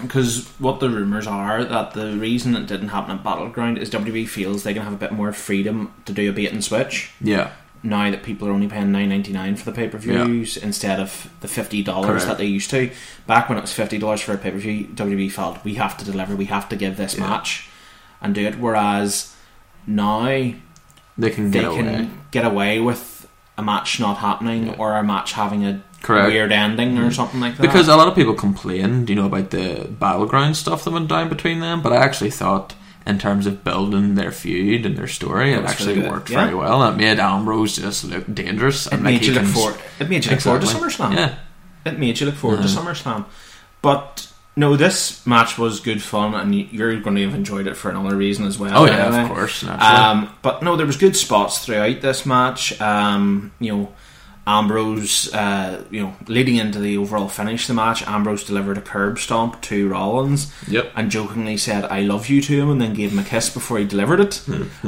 Speaker 6: Because what the rumours are that the reason it didn't happen at Battleground is WWE feels they can have a bit more freedom to do a bait and switch
Speaker 7: Yeah.
Speaker 6: now that people are only paying nine ninety nine for the pay per views instead of the fifty dollars
Speaker 7: Correct.
Speaker 6: that they used to. Back when it was fifty dollars for a pay per view, WWE E felt we have to deliver, we have to give this match and do it. Whereas now
Speaker 7: They can
Speaker 6: they
Speaker 7: get
Speaker 6: can
Speaker 7: away.
Speaker 6: get away with a match not happening or a match having a
Speaker 7: Correct.
Speaker 6: weird ending or something like that.
Speaker 7: Because a lot of people complained, you know, about the battleground stuff that went down between them, but I actually thought, in terms of building their feud and their story, it,
Speaker 6: was
Speaker 7: actually
Speaker 6: really good,
Speaker 7: worked
Speaker 6: yeah.
Speaker 7: very well. It made Ambrose just look dangerous.
Speaker 6: it
Speaker 7: and
Speaker 6: made
Speaker 7: like
Speaker 6: you
Speaker 7: he
Speaker 6: look
Speaker 7: can-
Speaker 6: forward. It made you look forward to SummerSlam.
Speaker 7: Exactly. Yeah.
Speaker 6: it made you look forward to SummerSlam. But no, this match was good fun, and y- you're going to have enjoyed it for another reason as well.
Speaker 7: Oh, yeah, of
Speaker 6: anyway.
Speaker 7: course, naturally.
Speaker 6: Um, but no, there was good spots throughout this match. Um, you know, Ambrose, uh, you know, leading into the overall finish of the match, Ambrose delivered a curb stomp to Rollins,
Speaker 7: Yep.
Speaker 6: and jokingly said "I love you" to him, and then gave him a kiss before he delivered it.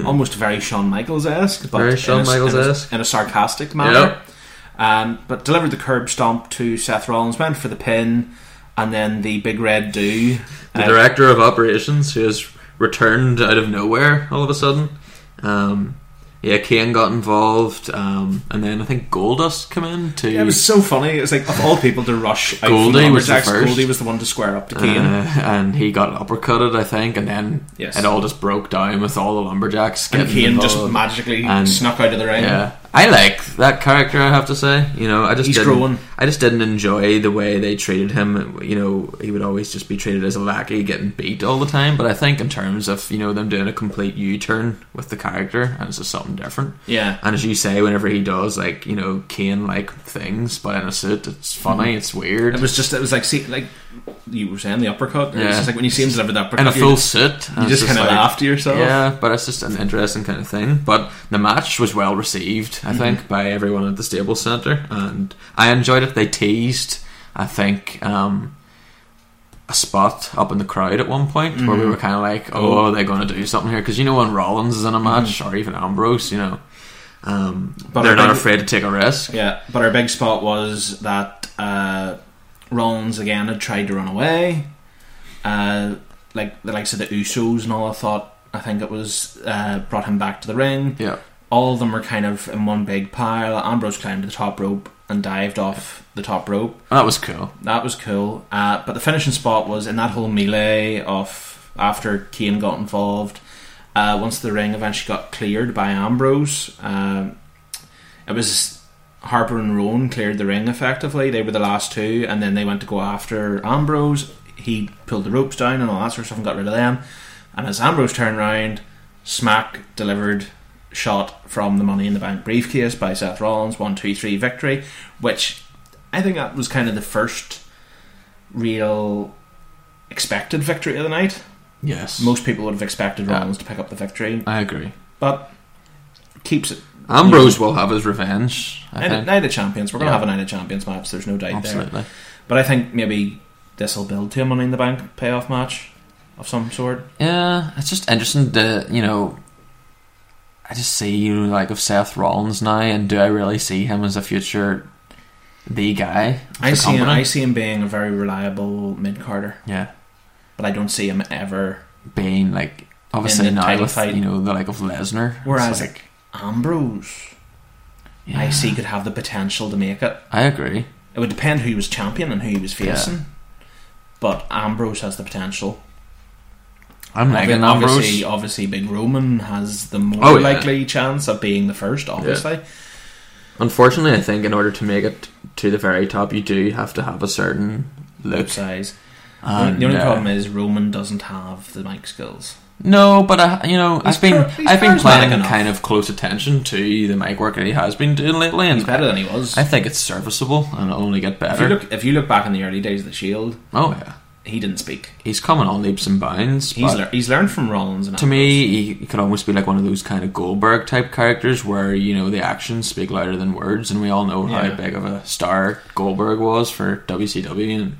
Speaker 6: Almost very Shawn Michaels esque, but
Speaker 7: Hmm, Very
Speaker 6: in a-
Speaker 7: Shawn
Speaker 6: in a-
Speaker 7: Michaels-esque.
Speaker 6: in a sarcastic manner
Speaker 7: Yep.
Speaker 6: um, but delivered the curb stomp to Seth Rollins, went for the pin, and then the big red do. Uh,
Speaker 7: the director of operations who has returned out of nowhere all of a sudden. Um, yeah, Kane got involved, um, and then I think Goldust came in to.
Speaker 6: It was so funny. It was like of all people to rush. Out
Speaker 7: Goldie
Speaker 6: from
Speaker 7: was the
Speaker 6: lumberjacks,
Speaker 7: first.
Speaker 6: Goldie was the one to square up to
Speaker 7: uh,
Speaker 6: Kane.
Speaker 7: and he got uppercutted, I think, and then
Speaker 6: Yes.
Speaker 7: it all just broke down with all the lumberjacks.
Speaker 6: and
Speaker 7: getting
Speaker 6: Kane just
Speaker 7: involved.
Speaker 6: magically
Speaker 7: And-
Speaker 6: snuck out of the ring.
Speaker 7: Yeah, I like that character. I have to say, you know, I just
Speaker 6: He's
Speaker 7: didn't,
Speaker 6: growing.
Speaker 7: I just didn't enjoy the way they treated him. You know, he would always just be treated as a lackey, getting beat all the time. But I think in terms of you know them doing a complete U turn with the character, and it's just something different.
Speaker 6: Yeah.
Speaker 7: And as you say, whenever he does like you know Kane like things, but in a suit, it's funny, it's weird.
Speaker 6: It was just it was like see like you were saying the uppercut. It
Speaker 7: Yeah.
Speaker 6: was just like when you see him deliver the uppercut,
Speaker 7: in a
Speaker 6: you're
Speaker 7: full
Speaker 6: just-
Speaker 7: suit. and
Speaker 6: you
Speaker 7: it's
Speaker 6: just kind of
Speaker 7: like-
Speaker 6: laugh to yourself.
Speaker 7: Yeah, but it's just an interesting kind of thing. But the match was well received,
Speaker 6: Mm-hmm.
Speaker 7: I think, by everyone at the stable center, and I enjoyed it. They teased, I think, um, a spot up in the crowd at one point where
Speaker 6: Mm-hmm.
Speaker 7: we were kind of like, "Oh, they're going to do something here," because you know when Rollins is in a match or even Ambrose, you know, um,
Speaker 6: Mm-hmm. But I
Speaker 7: they're not
Speaker 6: think-
Speaker 7: afraid to take a risk.
Speaker 6: Yeah, but our big spot was that uh, Rollins again had tried to run away. Uh, like the likes of the Usos and all, I thought I think it was uh, brought him back to the ring.
Speaker 7: Yeah.
Speaker 6: all of them were kind of in one big pile. Ambrose climbed to the top rope and dived off the top rope.
Speaker 7: And that was cool.
Speaker 6: That was cool. Uh, but the finishing spot was in that whole melee of after Kane got involved. Uh, once the ring eventually got cleared by Ambrose, um, it was Harper and Rowan cleared the ring effectively. They were the last two, and then they went to go after Ambrose. He pulled the ropes down and all that sort of stuff and got rid of them. And as Ambrose turned round, smack delivered shot from the Money in the Bank briefcase by Seth Rollins, one two three victory, which I think that was kind of the first real expected victory of the night.
Speaker 7: Yes.
Speaker 6: Most people would have expected
Speaker 7: Yeah.
Speaker 6: Rollins to pick up the victory,
Speaker 7: I agree.
Speaker 6: but keeps it.
Speaker 7: Ambrose will have his revenge. I
Speaker 6: Night,
Speaker 7: think.
Speaker 6: night of Champions. We're going to
Speaker 7: Yeah.
Speaker 6: have a Night of Champions match. There's no doubt there.
Speaker 7: Absolutely.
Speaker 6: But I think maybe this will build to a Money in the Bank payoff match of some sort.
Speaker 7: Yeah, it's just interesting to you know. I just see you like of Seth Rollins now, and do I really see him as a future the guy? of
Speaker 6: I
Speaker 7: the
Speaker 6: see him.
Speaker 7: company?
Speaker 6: I see him being a very reliable mid carder,
Speaker 7: Yeah,
Speaker 6: but I don't see him ever.
Speaker 7: being like obviously
Speaker 6: In the
Speaker 7: now
Speaker 6: title
Speaker 7: with
Speaker 6: fight.
Speaker 7: you know the like of Lesnar. it's
Speaker 6: Whereas
Speaker 7: like,
Speaker 6: Ambrose, I
Speaker 7: yeah,
Speaker 6: see could have the potential to make it.
Speaker 7: I agree.
Speaker 6: It would depend who he was champion and who he was
Speaker 7: Yeah.
Speaker 6: facing. But Ambrose has the potential.
Speaker 7: I'm liking Ambrose.
Speaker 6: Obviously, obviously, Big Roman has the more
Speaker 7: Oh, yeah.
Speaker 6: likely chance of being the first. Obviously,
Speaker 7: Unfortunately, I think in order to make it to the very top, you do have to have a certain look.
Speaker 6: size.
Speaker 7: And,
Speaker 6: the only
Speaker 7: uh,
Speaker 6: problem is Roman doesn't have the mic skills.
Speaker 7: No, but I, you know,
Speaker 6: He's
Speaker 7: I've been
Speaker 6: char- he's
Speaker 7: I've been
Speaker 6: charismatic
Speaker 7: playing
Speaker 6: enough.
Speaker 7: kind of close attention to the mic work that he has been doing lately, and
Speaker 6: He's better than he was.
Speaker 7: I think it's serviceable and it'll only get
Speaker 6: if you
Speaker 7: better.
Speaker 6: look, if you look back in the early days of the Shield,
Speaker 7: oh yeah,
Speaker 6: he didn't speak.
Speaker 7: he's coming on leaps and bounds.
Speaker 6: He's
Speaker 7: but
Speaker 6: lear- he's learned from Rollins and
Speaker 7: to me, he, he could almost be like one of those kind of Goldberg type characters where you know the actions speak louder than words, and we all know
Speaker 6: Yeah.
Speaker 7: how big of a star Goldberg was for WCW and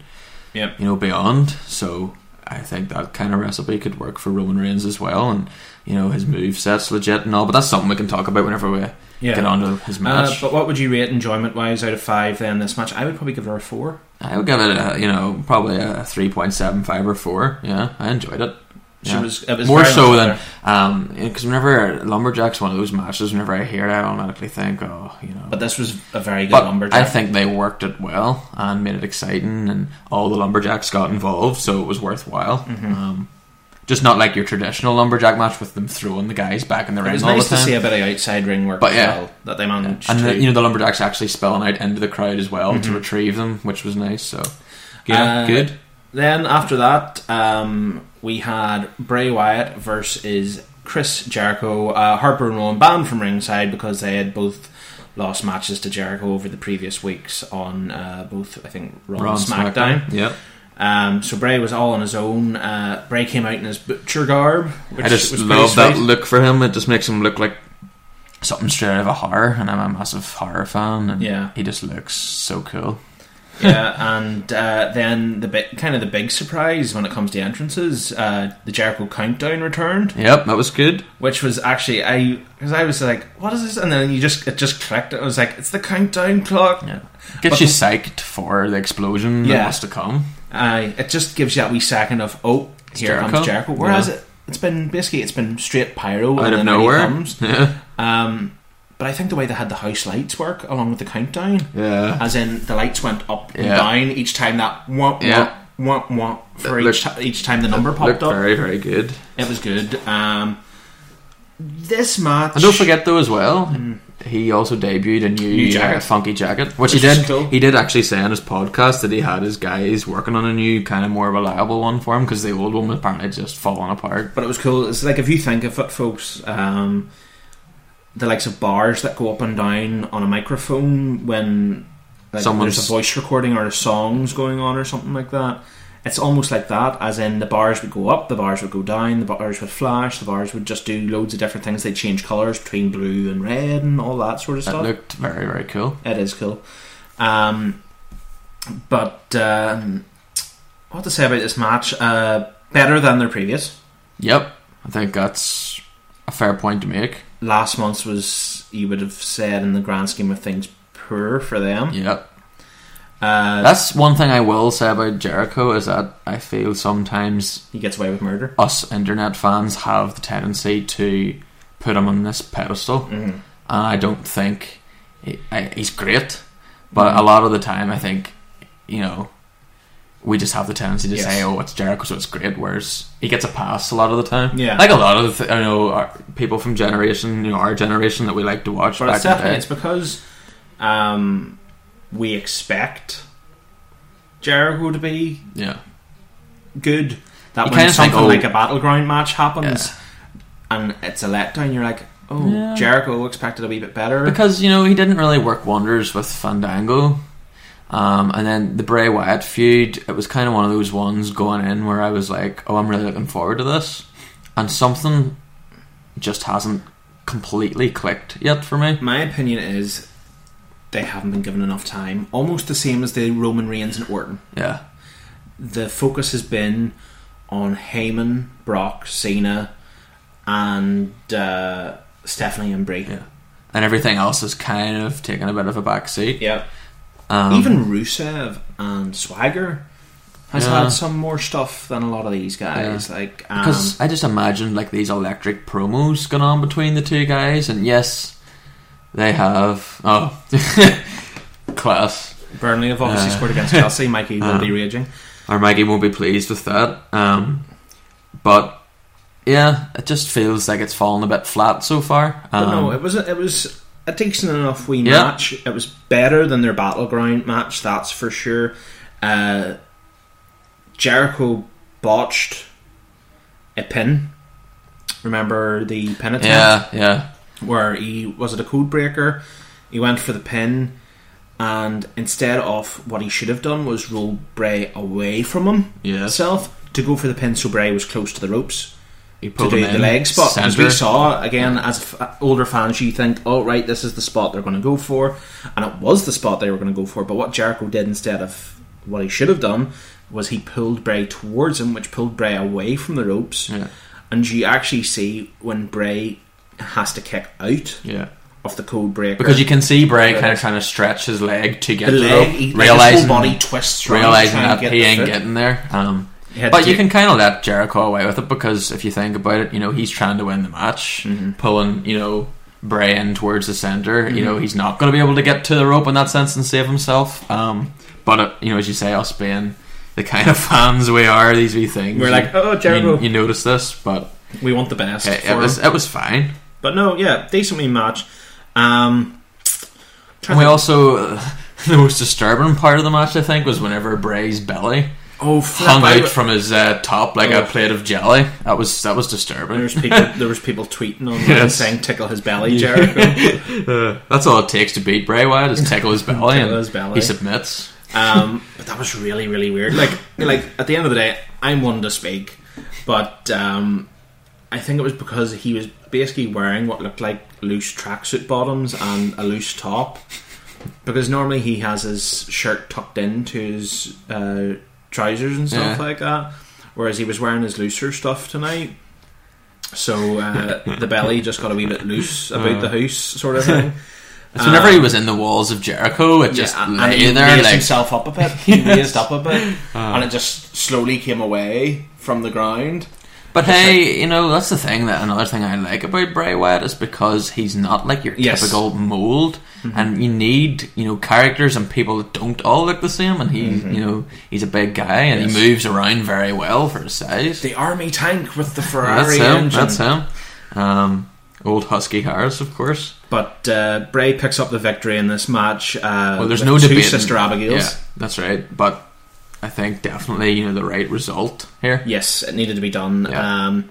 Speaker 6: Yep.
Speaker 7: you know beyond. So I think that kind of recipe could work for Roman Reigns as well, and you know his move sets legit and all. But that's something we can talk about whenever we
Speaker 6: Yeah.
Speaker 7: get onto his
Speaker 6: Uh,
Speaker 7: match.
Speaker 6: but what would you rate enjoyment wise out of five then this match? I would probably give her a four.
Speaker 7: I would give it a you know probably a three point seven five or four. Yeah, I enjoyed it.
Speaker 6: She
Speaker 7: Yeah.
Speaker 6: was- it was
Speaker 7: more
Speaker 6: very
Speaker 7: so
Speaker 6: much
Speaker 7: than um because whenever lumberjack's one of those matches, whenever I hear it, I automatically think, oh, you know.
Speaker 6: But this was a very good
Speaker 7: But
Speaker 6: lumberjack.
Speaker 7: I think they worked it well and made it exciting, and all the lumberjacks got involved, so it was worthwhile.
Speaker 6: Mm-hmm.
Speaker 7: Um, just not like your traditional lumberjack match with them throwing the guys back in the
Speaker 6: it
Speaker 7: ring
Speaker 6: was
Speaker 7: all
Speaker 6: nice to
Speaker 7: the time.
Speaker 6: see a bit of outside ring work
Speaker 7: But
Speaker 6: as
Speaker 7: yeah.
Speaker 6: well that they managed
Speaker 7: and
Speaker 6: to.
Speaker 7: the, you know the lumberjacks actually spelling out into the crowd as well
Speaker 6: Mm-hmm.
Speaker 7: to retrieve them, which was nice. So yeah,
Speaker 6: Uh,
Speaker 7: good.
Speaker 6: Then after that, um, we had Bray Wyatt versus Chris Jericho. Uh, Harper and Rowan banned from ringside because they had both lost matches to Jericho over the previous weeks on uh, both, I think, Raw
Speaker 7: Raw
Speaker 6: and
Speaker 7: and
Speaker 6: SmackDown.
Speaker 7: Yep.
Speaker 6: Um, so Bray was all on his own. Uh, Bray came out in his butcher garb. Which
Speaker 7: I just
Speaker 6: was pretty
Speaker 7: love that
Speaker 6: sweet.
Speaker 7: look for him. It just makes him look like something straight out of a horror, and I'm a massive horror fan. And
Speaker 6: Yeah.
Speaker 7: he just looks so cool.
Speaker 6: yeah, and uh, then the bit, kind of the big surprise when it comes to entrances, uh, the Jericho countdown returned,
Speaker 7: Yep, that was good.
Speaker 6: which was actually I because I was like, what is this? And then you just it just clicked. It was like it's the countdown clock.
Speaker 7: Yeah, gets
Speaker 6: But
Speaker 7: you
Speaker 6: the-
Speaker 7: psyched for the explosion
Speaker 6: Yeah.
Speaker 7: that has to come.
Speaker 6: Uh, it just gives you that wee second of oh, here
Speaker 7: Jericho.
Speaker 6: comes Jericho. Whereas
Speaker 7: Yeah.
Speaker 6: it, it's been basically it's been straight pyro
Speaker 7: Out
Speaker 6: and
Speaker 7: of
Speaker 6: then out he
Speaker 7: nowhere.
Speaker 6: comes. Um, but I think the way they had the house lights work along with the countdown,
Speaker 7: Yeah.
Speaker 6: as in the lights went up and
Speaker 7: Yeah.
Speaker 6: down each time that wah,
Speaker 7: Yeah.
Speaker 6: wah, wah, wah, for
Speaker 7: That
Speaker 6: each,
Speaker 7: looked-
Speaker 6: ti- each time the number
Speaker 7: Looked
Speaker 6: popped up.
Speaker 7: very, very good.
Speaker 6: It was good. Um, this match,
Speaker 7: And don't forget though, as well, he also debuted a new,
Speaker 6: Mm. New jacket.
Speaker 7: uh, funky jacket, which, he
Speaker 6: Which is
Speaker 7: did.
Speaker 6: cool.
Speaker 7: He did actually say in his podcast that he had his guys working on a new, kind of more reliable one for him because the old one was apparently just falling apart.
Speaker 6: but it was cool. It's like if you think of it, folks, um, the likes of bars that go up and down on a microphone when like,
Speaker 7: Someone's-
Speaker 6: there's a voice recording or a song's going on or something like that. It's almost like that, as in the bars would go up, the bars would go down, the bars would flash, the bars would just do loads of different things. They would change colours between blue and red and all that sort of
Speaker 7: That
Speaker 6: stuff.
Speaker 7: looked very, very cool.
Speaker 6: It is cool. Um, but um, what to say about this match? Uh, better than their previous.
Speaker 7: Yep, I think that's a fair point to make.
Speaker 6: Last month's was, you would have said, in the grand scheme of things, poor for them.
Speaker 7: Yep.
Speaker 6: Uh,
Speaker 7: That's one thing I will say about Jericho is that I feel sometimes
Speaker 6: he gets away with murder.
Speaker 7: us internet fans have the tendency to put him on this pedestal,
Speaker 6: Mm-hmm.
Speaker 7: and I don't think he, I, he's great. But
Speaker 6: Mm-hmm.
Speaker 7: a lot of the time, I think you know we just have the tendency to
Speaker 6: Yes.
Speaker 7: say, "Oh, it's Jericho, so it's great." Whereas he gets a pass a lot of the time.
Speaker 6: Yeah.
Speaker 7: like a lot of the th- I know our, people from generation, you know, our generation that we like to watch
Speaker 6: But
Speaker 7: back
Speaker 6: it's
Speaker 7: in the
Speaker 6: definitely
Speaker 7: day.
Speaker 6: it's because um, we expect Jericho to be
Speaker 7: yeah,
Speaker 6: good. That
Speaker 7: You
Speaker 6: when
Speaker 7: kinda think,
Speaker 6: something
Speaker 7: oh-
Speaker 6: like a battleground match happens and it's a letdown, you're like, oh,
Speaker 7: Yeah.
Speaker 6: Jericho expected a wee bit better.
Speaker 7: because you know he didn't really work wonders with Fandango. Um, and then the Bray Wyatt feud, it was kind of one of those ones going in where I was like, oh, I'm really looking forward to this. And something just hasn't completely clicked yet for me.
Speaker 6: My opinion is they haven't been given enough time. Almost the same as the Roman Reigns and Orton.
Speaker 7: Yeah.
Speaker 6: The focus has been on Heyman, Brock, Cena, and uh, Stephanie and Bray. Yeah.
Speaker 7: And everything else has kind of taken a bit of a backseat. Um,
Speaker 6: Even Rusev and Swagger has
Speaker 7: Yeah.
Speaker 6: had some more stuff than a lot of these guys.
Speaker 7: Yeah.
Speaker 6: Like um,
Speaker 7: Because I just imagined like these electric promos going on between the two guys, and yes, they have. Oh, class.
Speaker 6: um, Burnley have obviously scored against Chelsea. Mikey will be raging.
Speaker 7: Or Maggie won't be pleased with that. Um, but yeah, it just feels like it's fallen a bit flat so far.
Speaker 6: But
Speaker 7: Um,
Speaker 6: no, it was a, it was a decent enough wee
Speaker 7: Yeah.
Speaker 6: match. It was better than their battleground match, that's for sure. Uh, Jericho botched a pin. Remember the pin attempt
Speaker 7: yeah, yeah,
Speaker 6: where he was it a code breaker? He went for the pin, and instead of what he should have done was roll Bray away from him
Speaker 7: Yes.
Speaker 6: himself to go for the pin, so Bray was close to the ropes
Speaker 7: he
Speaker 6: to
Speaker 7: pulled
Speaker 6: do
Speaker 7: him
Speaker 6: the
Speaker 7: in,
Speaker 6: leg spot. As we
Speaker 7: centre.
Speaker 6: saw again, as f- older fans, you think, "Oh, right, this is the spot they're going to go for," and it was the spot they were going to go for. But what Jericho did instead of what he should have done was he pulled Bray towards him, which pulled Bray away from the ropes.
Speaker 7: Yeah.
Speaker 6: And you actually see when Bray has to kick out
Speaker 7: Yeah.
Speaker 6: of the code breaker
Speaker 7: Because you can see Bray kind of trying to stretch his leg to get
Speaker 6: the
Speaker 7: to the
Speaker 6: leg,
Speaker 7: rope,
Speaker 6: he, like, his
Speaker 7: realizing
Speaker 6: whole body twists, around,
Speaker 7: realizing
Speaker 6: trying to
Speaker 7: that
Speaker 6: get
Speaker 7: he
Speaker 6: the
Speaker 7: ain't
Speaker 6: foot.
Speaker 7: getting there. Um,
Speaker 6: had
Speaker 7: but
Speaker 6: to
Speaker 7: you
Speaker 6: do-
Speaker 7: can kind of let Jericho away with it because if you think about it, you know he's trying to win the match,
Speaker 6: Mm-hmm.
Speaker 7: pulling you know Bray in towards the center. You know he's not going to be able to get to the rope in that sense and save himself. Um, but uh you know, as you say, us being the kind of fans we are, these wee things
Speaker 6: We're like,
Speaker 7: you-
Speaker 6: "Oh, Jericho."
Speaker 7: You, you notice this, but
Speaker 6: We want the best.
Speaker 7: it, it
Speaker 6: for
Speaker 7: was
Speaker 6: him.
Speaker 7: it was fine.
Speaker 6: but no, yeah, decently match. Um,
Speaker 7: And we also uh, the most disturbing part of the match, I think, was whenever Bray's belly.
Speaker 6: oh, flip,
Speaker 7: hung
Speaker 6: I-
Speaker 7: out from his uh, top like
Speaker 6: Oh.
Speaker 7: a plate of jelly. That was that was disturbing.
Speaker 6: There's people. there was people tweeting on
Speaker 7: Yes.
Speaker 6: saying "tickle his belly, Jericho."
Speaker 7: That's all it takes to beat Bray Wyatt is tickle his belly
Speaker 6: Tickle
Speaker 7: and
Speaker 6: his belly.
Speaker 7: he submits.
Speaker 6: um, but that was really, really weird. Like, like at the end of the day, I'm one to speak, but um, I think it was because he was basically wearing what looked like loose tracksuit bottoms and a loose top. Because normally he has his shirt tucked into his uh, trousers and stuff
Speaker 7: Yeah.
Speaker 6: like that, whereas he was wearing his looser stuff tonight. So uh, the belly just got a wee bit loose about the house, sort of thing.
Speaker 7: So whenever he was in the walls of Jericho, it just
Speaker 6: Um, Yeah, and
Speaker 7: lay
Speaker 6: he
Speaker 7: there
Speaker 6: raised
Speaker 7: like Ah.
Speaker 6: himself up a bit. He raised up a bit, and it just slowly came away from the ground.
Speaker 7: But hey, you know that's the thing that another thing I like about Bray Wyatt is because he's not like your
Speaker 6: Yes. Mm-hmm.
Speaker 7: typical mold, and you need you know characters and people that don't all look the same. And he, you know, he's a big guy and
Speaker 6: Mm-hmm. Yes.
Speaker 7: he moves around very well for his size.
Speaker 6: The army tank with the
Speaker 7: Yeah,
Speaker 6: Ferrari
Speaker 7: that's him.
Speaker 6: engine.
Speaker 7: That's him. Um, old Husky Harris, of course.
Speaker 6: But uh, Bray picks up the victory in this match. Uh,
Speaker 7: Well, there's
Speaker 6: with
Speaker 7: no
Speaker 6: two
Speaker 7: debate.
Speaker 6: Sister Abigail's.
Speaker 7: Yeah, that's right. But I think definitely you know the right result here.
Speaker 6: Yes, it needed to be done.
Speaker 7: Yeah.
Speaker 6: Um,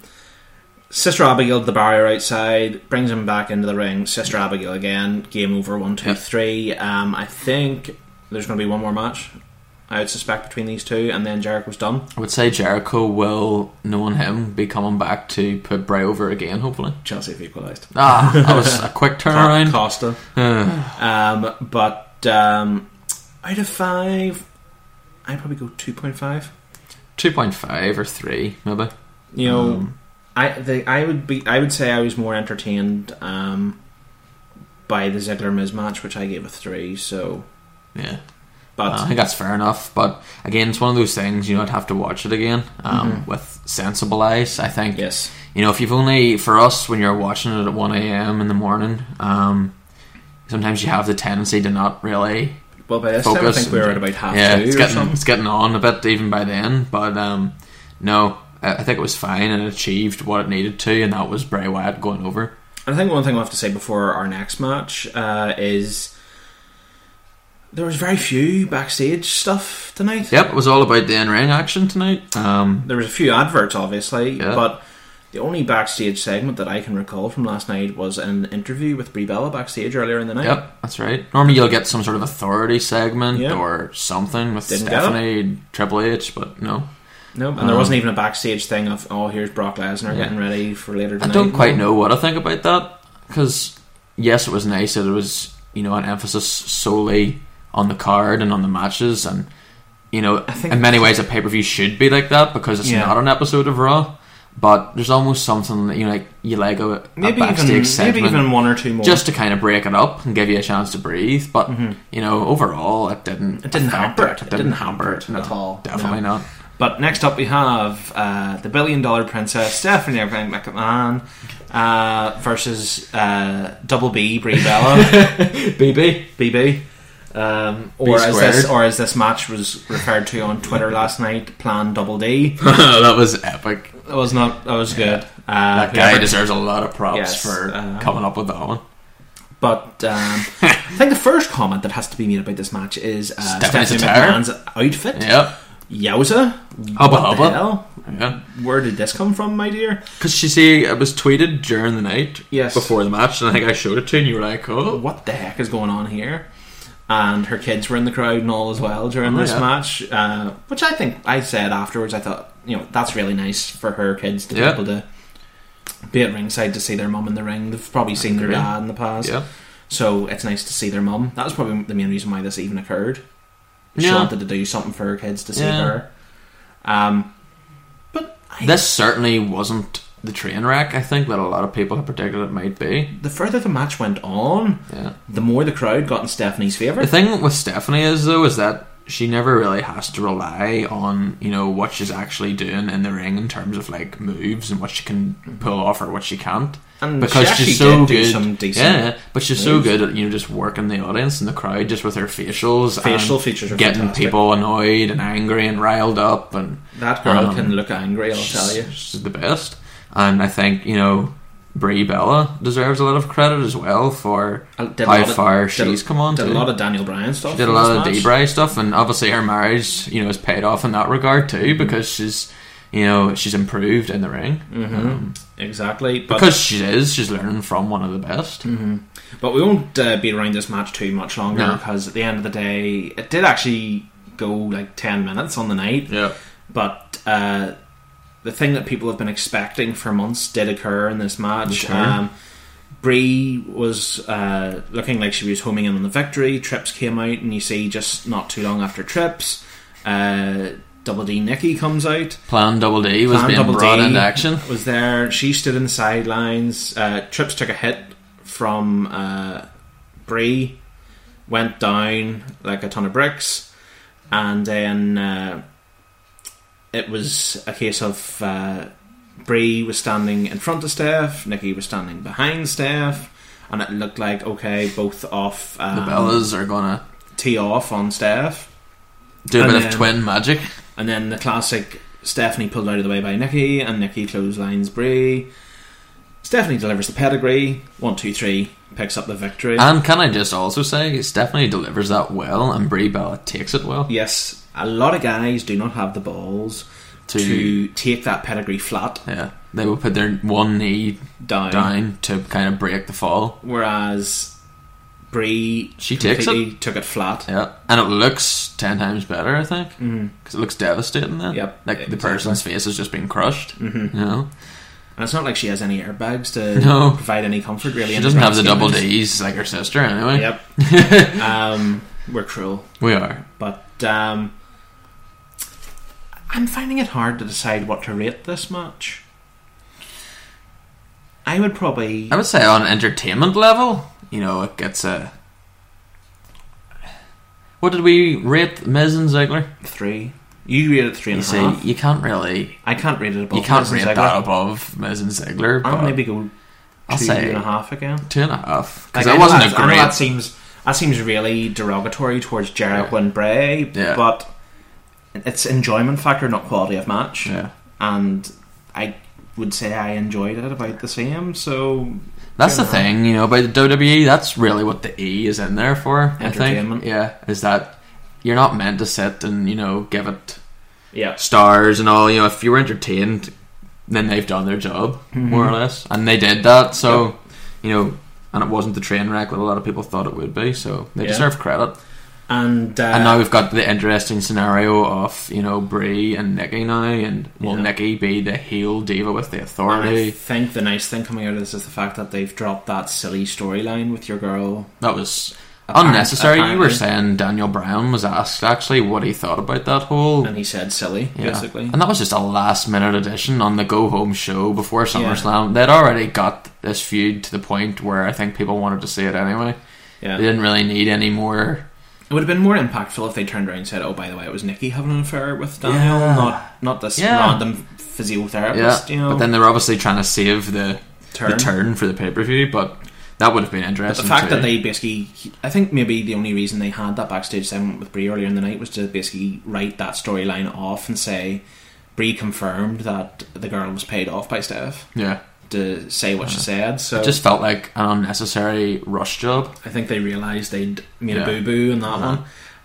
Speaker 6: Sister Abigail to the barrier outside brings him back into the ring. Sister Abigail again. Game over. One, two,
Speaker 7: Yeah.
Speaker 6: three. Um, I think there's going to be one more match. I would suspect between these two, and then Jericho's done.
Speaker 7: I would say Jericho will, knowing him, be coming back to put Bray over again. Hopefully.
Speaker 6: Chelsea have equalised.
Speaker 7: Ah, that was a quick turnaround.
Speaker 6: Costa. um, but um, out of five, I'd probably go two point five.
Speaker 7: Two point five or three, maybe.
Speaker 6: You know, Um, I the, I would be I would say I was more entertained um, by the Ziggler Miz match, which I gave a three. So,
Speaker 7: Yeah.
Speaker 6: but
Speaker 7: Ah, I think that's fair enough, but again, it's one of those things you know I'd have to watch it again um, with sensible eyes. I think
Speaker 6: Mm-hmm. yes,
Speaker 7: you know, if you've only for us when you're watching it at one a.m. in the morning, um, sometimes you have the tendency to not really
Speaker 6: well by this time I
Speaker 7: focus.
Speaker 6: think we were at
Speaker 7: and-
Speaker 6: about half
Speaker 7: yeah,
Speaker 6: two
Speaker 7: it's
Speaker 6: or
Speaker 7: getting
Speaker 6: something.
Speaker 7: it's getting on a bit even by then, but um, no, I, I think it was fine and it achieved what it needed to, and that was Bray Wyatt going over.
Speaker 6: And I think one thing we'll have to say before our next match uh, is there was very few backstage stuff tonight.
Speaker 7: Yep, it was all about the in ring action tonight. Um,
Speaker 6: there was a few adverts obviously
Speaker 7: Yeah.
Speaker 6: but The only backstage segment that I can recall from last night was an interview with Brie Bella backstage earlier in the night.
Speaker 7: Yep, that's right. Normally you'll get some sort of authority segment
Speaker 6: Yeah.
Speaker 7: or something with
Speaker 6: Didn't get it.
Speaker 7: Stephanie, Triple H, but no.
Speaker 6: No, and
Speaker 7: Um,
Speaker 6: there wasn't even a backstage thing of oh here's Brock Lesnar getting ready for later
Speaker 7: I
Speaker 6: tonight.
Speaker 7: don't quite know what I think about that because yes, it was nice that it was you know an emphasis solely on the card and on the matches, and you know
Speaker 6: think-
Speaker 7: in many ways a pay per view should be like that because it's
Speaker 6: Yeah.
Speaker 7: not an episode of Raw. But there's almost something that you know, like you like a, a
Speaker 6: Maybe
Speaker 7: backstage
Speaker 6: even
Speaker 7: segment,
Speaker 6: maybe even one or two more. Mm-hmm.
Speaker 7: just to kind of break it up and give you a chance to breathe. But you know, overall, it didn't.
Speaker 6: It didn't
Speaker 7: affect
Speaker 6: hamper it. It
Speaker 7: It
Speaker 6: didn't
Speaker 7: didn't
Speaker 6: hamper
Speaker 7: hamper
Speaker 6: it
Speaker 7: it no,
Speaker 6: at all.
Speaker 7: Definitely
Speaker 6: No.
Speaker 7: not.
Speaker 6: But next up, we have uh, the billion dollar princess Stephanie McMahon uh, versus uh, Double B Brie Bella
Speaker 7: BB.
Speaker 6: BB. Um, or as
Speaker 7: squared.
Speaker 6: this or as this match was referred to on Twitter last night, Plan Double D.
Speaker 7: that was epic.
Speaker 6: That was not. That was good. Uh,
Speaker 7: That guy
Speaker 6: whoever-
Speaker 7: deserves a lot of props
Speaker 6: Yes,
Speaker 7: for
Speaker 6: um,
Speaker 7: coming up with that one.
Speaker 6: But um, I think the first comment that has to be made about this match is uh,
Speaker 7: Stephanie
Speaker 6: Stephanie,
Speaker 7: Satire.
Speaker 6: McMahon's outfit.
Speaker 7: Yep.
Speaker 6: Yowza!
Speaker 7: Hubba
Speaker 6: What the
Speaker 7: hubba.
Speaker 6: hell? Where did this come from, my dear?
Speaker 7: Because you see, it was tweeted during the night
Speaker 6: Yes.
Speaker 7: before the match, and I think I showed it to you, and you were like, oh.
Speaker 6: What the heck is going on here? And her kids were in the crowd and all as well during
Speaker 7: Oh,
Speaker 6: this
Speaker 7: yeah.
Speaker 6: match, uh, which I think I said afterwards. I thought, you know, that's really nice for her kids to
Speaker 7: Yeah.
Speaker 6: be able to be at ringside to see their mum in the ring. They've probably seen their
Speaker 7: agree.
Speaker 6: dad in the past,
Speaker 7: Yeah.
Speaker 6: so it's nice to see their mum. That was probably the main reason why this even occurred. She
Speaker 7: Yeah.
Speaker 6: wanted to do something for her kids to see
Speaker 7: Yeah.
Speaker 6: her. Um, but I,
Speaker 7: This certainly wasn't the train wreck, I think, that a lot of people had predicted it might be.
Speaker 6: the further the match went on,
Speaker 7: Yeah.
Speaker 6: the more the crowd got in Stephanie's favour.
Speaker 7: The thing with Stephanie is, though, is that she never really has to rely on, you know, what she's actually doing in the ring in terms of, like, moves and what she can pull off or what she can't.
Speaker 6: And
Speaker 7: because
Speaker 6: she actually
Speaker 7: she's so
Speaker 6: did do
Speaker 7: good.
Speaker 6: some decent
Speaker 7: yeah, but she's
Speaker 6: moves.
Speaker 7: so good at, you know, just working the audience and the crowd just with her facials.
Speaker 6: Facial
Speaker 7: and
Speaker 6: features are
Speaker 7: Getting
Speaker 6: fantastic.
Speaker 7: people annoyed and angry and riled up and
Speaker 6: That girl
Speaker 7: Um,
Speaker 6: can look angry, I'll tell you.
Speaker 7: she's- She's the best. And I think, you know, Brie Bella deserves a lot of credit as well for
Speaker 6: I Uh, did a
Speaker 7: how
Speaker 6: lot of-
Speaker 7: far
Speaker 6: did-
Speaker 7: she's come on
Speaker 6: Did
Speaker 7: to.
Speaker 6: a lot of Daniel Bryan stuff.
Speaker 7: She did a
Speaker 6: in
Speaker 7: lot
Speaker 6: this
Speaker 7: of
Speaker 6: match.
Speaker 7: Debray stuff, and obviously her marriage, you know, is paid off in that regard
Speaker 6: Mm-hmm.
Speaker 7: too, because she's, you know, she's improved in the ring Um,
Speaker 6: Exactly. Mm-hmm. But, Mm-hmm.
Speaker 7: because she is. She's learning from one of the best.
Speaker 6: but we won't uh, be around this match too much longer
Speaker 7: No.
Speaker 6: because at the end of the day, it did actually go like 10 minutes on the night.
Speaker 7: Yeah,
Speaker 6: But uh, the thing that people have been expecting for months did occur in this match.
Speaker 7: Okay.
Speaker 6: Um, Brie was uh, looking like she was homing in on the victory. Trips came out, and you see just not too long after Trips, uh, Double D Nikki comes out.
Speaker 7: Plan Double D was
Speaker 6: Plan
Speaker 7: being
Speaker 6: Double
Speaker 7: brought
Speaker 6: D
Speaker 7: into action.
Speaker 6: Was there? She stood in the sidelines. Uh, Trips took a hit from uh, Bree, went down like a ton of bricks, and then uh, it was a case of uh, Bree was standing in front of Steph, Nikki was standing behind Steph. And it looked like okay, both off um,
Speaker 7: The Bellas are gonna
Speaker 6: tee off on Steph.
Speaker 7: do a
Speaker 6: And
Speaker 7: bit
Speaker 6: then-
Speaker 7: of twin magic.
Speaker 6: And then the classic Stephanie pulled out of the way by Nikki, and Nikki clotheslines Brie. Stephanie delivers the pedigree. One, two, three. Picks up the victory.
Speaker 7: And can I just also say, Stephanie delivers that well, and Brie Bella takes it well.
Speaker 6: yes, a lot of guys do not have the balls to,
Speaker 7: To-
Speaker 6: take that pedigree flat
Speaker 7: Yeah, they will put their one knee
Speaker 6: down.
Speaker 7: down to kind of break the fall.
Speaker 6: Whereas Brie
Speaker 7: She takes it.
Speaker 6: completely took it flat.
Speaker 7: Yeah, and it looks ten times better, I think, because it looks devastating. Then,
Speaker 6: Mm-hmm. Yep,
Speaker 7: like
Speaker 6: exactly.
Speaker 7: the person's face has just been crushed. Mm-hmm. You know,
Speaker 6: And it's not like she has any airbags to
Speaker 7: No.
Speaker 6: provide any comfort, really.
Speaker 7: she
Speaker 6: in
Speaker 7: doesn't
Speaker 6: grand
Speaker 7: have the
Speaker 6: scheme
Speaker 7: double
Speaker 6: of things.
Speaker 7: D's like her sister. Anyway,
Speaker 6: Yep. um, we're cruel.
Speaker 7: we are.
Speaker 6: But um, I'm finding it hard to decide what to rate this match. I would probably
Speaker 7: I would say on an entertainment level, you know, it gets a. What did we rate Miz and Ziggler?
Speaker 6: three. You rate it three
Speaker 7: You
Speaker 6: and a half.
Speaker 7: say you can't really,
Speaker 6: I can't rate it above.
Speaker 7: you can't
Speaker 6: Prison
Speaker 7: rate
Speaker 6: Cycle.
Speaker 7: that above Miz and Ziggler.
Speaker 6: I'll
Speaker 7: But
Speaker 6: maybe go
Speaker 7: I'll
Speaker 6: two
Speaker 7: say
Speaker 6: and a half again.
Speaker 7: two and a half because
Speaker 6: Like, I
Speaker 7: it
Speaker 6: know
Speaker 7: wasn't
Speaker 6: that's-
Speaker 7: a
Speaker 6: I know
Speaker 7: great.
Speaker 6: That seems that seems really derogatory towards Jericho and Bray,
Speaker 7: Yeah.
Speaker 6: but it's enjoyment factor, not quality of match.
Speaker 7: Yeah.
Speaker 6: And I would say I enjoyed it about the same. So
Speaker 7: That's
Speaker 6: Fair
Speaker 7: the thing, you know, by the WWE, E, that's really what the E is in there for, I
Speaker 6: Entertainment.
Speaker 7: think. Yeah, is that you're not meant to sit and, you know, give it
Speaker 6: yeah,
Speaker 7: stars and all. You know, if you were entertained, then they've done their job
Speaker 6: Mm-hmm.
Speaker 7: more or less, and they did that. So you know, and it wasn't the train wreck that a lot of people thought it would be. So they
Speaker 6: Yeah.
Speaker 7: deserve credit.
Speaker 6: And, uh,
Speaker 7: And now we've got the interesting scenario of you know Brie and Nikki now, and will
Speaker 6: Yeah.
Speaker 7: Nikki be the heel diva with the
Speaker 6: and I
Speaker 7: authority?
Speaker 6: think the nice thing coming out of this is the fact that they've dropped that silly storyline with your girl.
Speaker 7: That was
Speaker 6: Apparent-
Speaker 7: unnecessary. You were
Speaker 6: apparently.
Speaker 7: saying Daniel Brown was asked actually what he thought about that whole.
Speaker 6: And he said silly,
Speaker 7: Yeah.
Speaker 6: basically.
Speaker 7: And that was just a last minute addition on the go home show before
Speaker 6: Yeah.
Speaker 7: SummerSlam. They'd already got this feud to the point where I think people wanted to see it anyway.
Speaker 6: Yeah.
Speaker 7: They didn't really need any more.
Speaker 6: It would have been more impactful if they turned around and said, "Oh, by the way, it was Nikki having an affair with Daniel,
Speaker 7: Yeah.
Speaker 6: not not this
Speaker 7: Yeah.
Speaker 6: random physiotherapist."
Speaker 7: yeah.
Speaker 6: You know,
Speaker 7: But then they were obviously trying to save the turn, the
Speaker 6: Turn.
Speaker 7: turn for the pay per view, but that would have been
Speaker 6: the
Speaker 7: interesting.
Speaker 6: fact
Speaker 7: too.
Speaker 6: that they basically, I think maybe the only reason they had that backstage segment with Brie earlier in the night was to basically write that storyline off and say Brie confirmed that the girl was paid off by Steph
Speaker 7: Yeah.
Speaker 6: to say what she said. So
Speaker 7: Uh-huh. Just felt like an unnecessary rush job.
Speaker 6: I think they realised they'd made
Speaker 7: Yeah. Uh-huh.
Speaker 6: a boo boo in that one.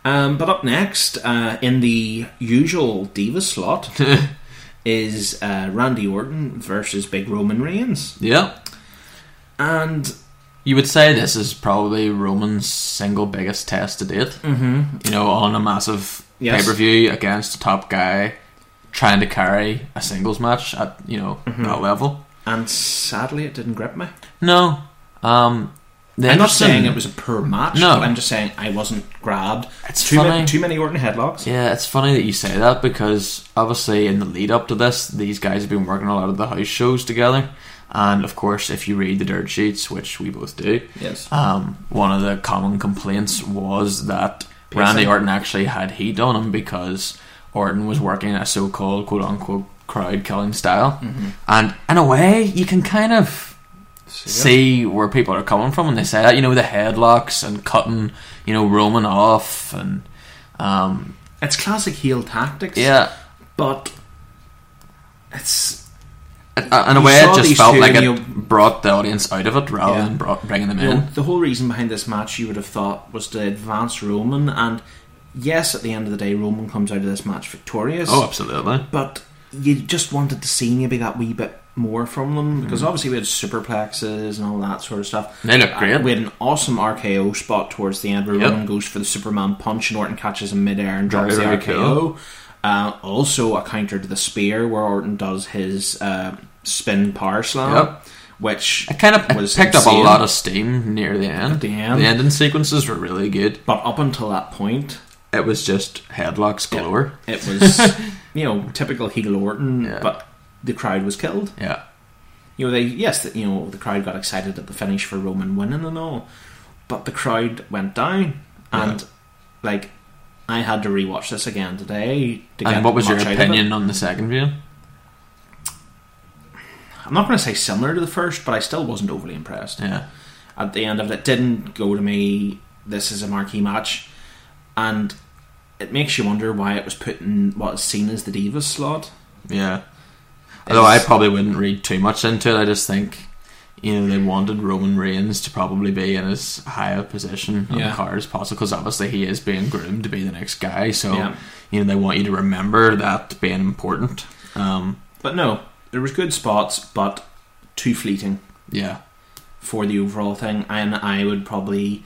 Speaker 6: Um, but up next, uh, in the usual Divas slot, is uh, Randy Orton versus Big Roman Reigns.
Speaker 7: Yeah.
Speaker 6: And
Speaker 7: You would say this is probably Roman's single biggest test to date. Mm-hmm. You know, on a massive
Speaker 6: Yes.
Speaker 7: pay per view against a top guy, trying to carry a singles match at you know
Speaker 6: Mm-hmm.
Speaker 7: that level.
Speaker 6: and sadly, it didn't grip me.
Speaker 7: No, um, the
Speaker 6: I'm not
Speaker 7: interesting-
Speaker 6: saying it was a poor match.
Speaker 7: No.
Speaker 6: but I'm just saying I wasn't grabbed.
Speaker 7: It's
Speaker 6: too
Speaker 7: funny.
Speaker 6: many, too many Orton headlocks.
Speaker 7: Yeah, it's funny that you say that because obviously in the lead up to this, these guys have been working a lot of the house shows together, and of course, if you read the dirt sheets, which we both do,
Speaker 6: Yes.
Speaker 7: um, one of the common complaints was that Randy Orton actually had heat on him because Orton was working a so-called quote unquote crowd killing style, and in a way, you can kind of see where people are coming from when they say that. You know, the headlocks and cutting, you know, Roman off and. Um,
Speaker 6: It's classic heel tactics.
Speaker 7: yeah,
Speaker 6: but it's
Speaker 7: uh, in a
Speaker 6: You
Speaker 7: way, it
Speaker 6: saw
Speaker 7: just
Speaker 6: these
Speaker 7: felt
Speaker 6: two
Speaker 7: like
Speaker 6: and
Speaker 7: it
Speaker 6: you-
Speaker 7: brought the audience out of it rather
Speaker 6: Yeah.
Speaker 7: than brought, bringing them
Speaker 6: You know,
Speaker 7: in.
Speaker 6: the whole reason behind this match, you would have thought, was to advance Roman. And yes, at the end of the day, Roman comes out of this match victorious.
Speaker 7: Oh, absolutely.
Speaker 6: But you just wanted to see maybe that wee bit more from them because obviously we had superplexes and all that sort of stuff.
Speaker 7: Hmm. They look
Speaker 6: Uh,
Speaker 7: great.
Speaker 6: we had an awesome RKO spot towards the end where
Speaker 7: Yep.
Speaker 6: Roman goes for the Superman punch and Orton catches him midair and drops
Speaker 7: Very,
Speaker 6: the
Speaker 7: very
Speaker 6: RKO. Uh, also, a counter to the spear where Orton does his uh, spin power slam.
Speaker 7: Yep.
Speaker 6: Which
Speaker 7: It kind of it
Speaker 6: was
Speaker 7: picked up a
Speaker 6: insane.
Speaker 7: lot of steam near the end.
Speaker 6: the end.
Speaker 7: the ending sequences were really good.
Speaker 6: But up until that point,
Speaker 7: It was just headlocks galore.
Speaker 6: it was you know typical heel Orton,
Speaker 7: Yeah.
Speaker 6: but the crowd was killed.
Speaker 7: Yeah,
Speaker 6: You know they yes, the, you know the crowd got excited at the finish for Roman winning and all, but the crowd went down and like I had to rewatch this again today. To
Speaker 7: and what was your
Speaker 6: much out of it.
Speaker 7: opinion on the second view?
Speaker 6: I'm not going to say similar to the first, but I still wasn't overly impressed.
Speaker 7: Yeah,
Speaker 6: At the end of it, it didn't go to me. This is a marquee match, and it makes you wonder why it was put in what is seen as the Divas slot.
Speaker 7: yeah. Although I
Speaker 6: It's-
Speaker 7: probably wouldn't read too much into it. I just think you know they wanted Roman Reigns to probably be in as high a position on
Speaker 6: Yeah.
Speaker 7: the card as possible because obviously he is being groomed to be the next guy. So
Speaker 6: Yeah.
Speaker 7: you know they want you to remember that being important. Um,
Speaker 6: But no, there was good spots, but too fleeting
Speaker 7: yeah,
Speaker 6: for the overall thing. And I would probably,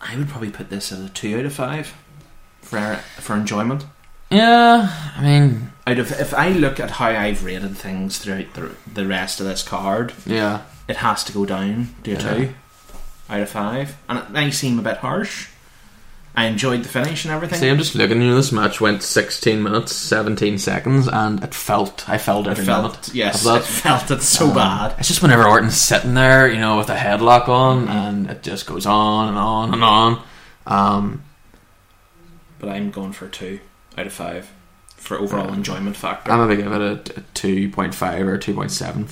Speaker 6: I would probably put this as a two out of five for for enjoyment.
Speaker 7: yeah. I mean,
Speaker 6: Out of if I look at how I've rated things throughout the the rest of this card,
Speaker 7: yeah.
Speaker 6: it has to go down to a
Speaker 7: Yeah.
Speaker 6: two out of five, and it may seem a bit harsh. I enjoyed the finish and everything.
Speaker 7: See, I'm just looking. You know, this match went 16 minutes, 17 seconds, and it felt. I felt
Speaker 6: it
Speaker 7: every
Speaker 6: felt
Speaker 7: minute.
Speaker 6: yes,
Speaker 7: of
Speaker 6: it
Speaker 7: that.
Speaker 6: felt it so
Speaker 7: Uh-huh.
Speaker 6: bad. Mm-hmm.
Speaker 7: It's just whenever Orton's sitting there, you know, with a headlock on, and it just goes on and on and on. Um,
Speaker 6: But I'm going for a two out of five for overall enjoyment factor.
Speaker 7: I'm gonna give it a, a 2.5 or 2.75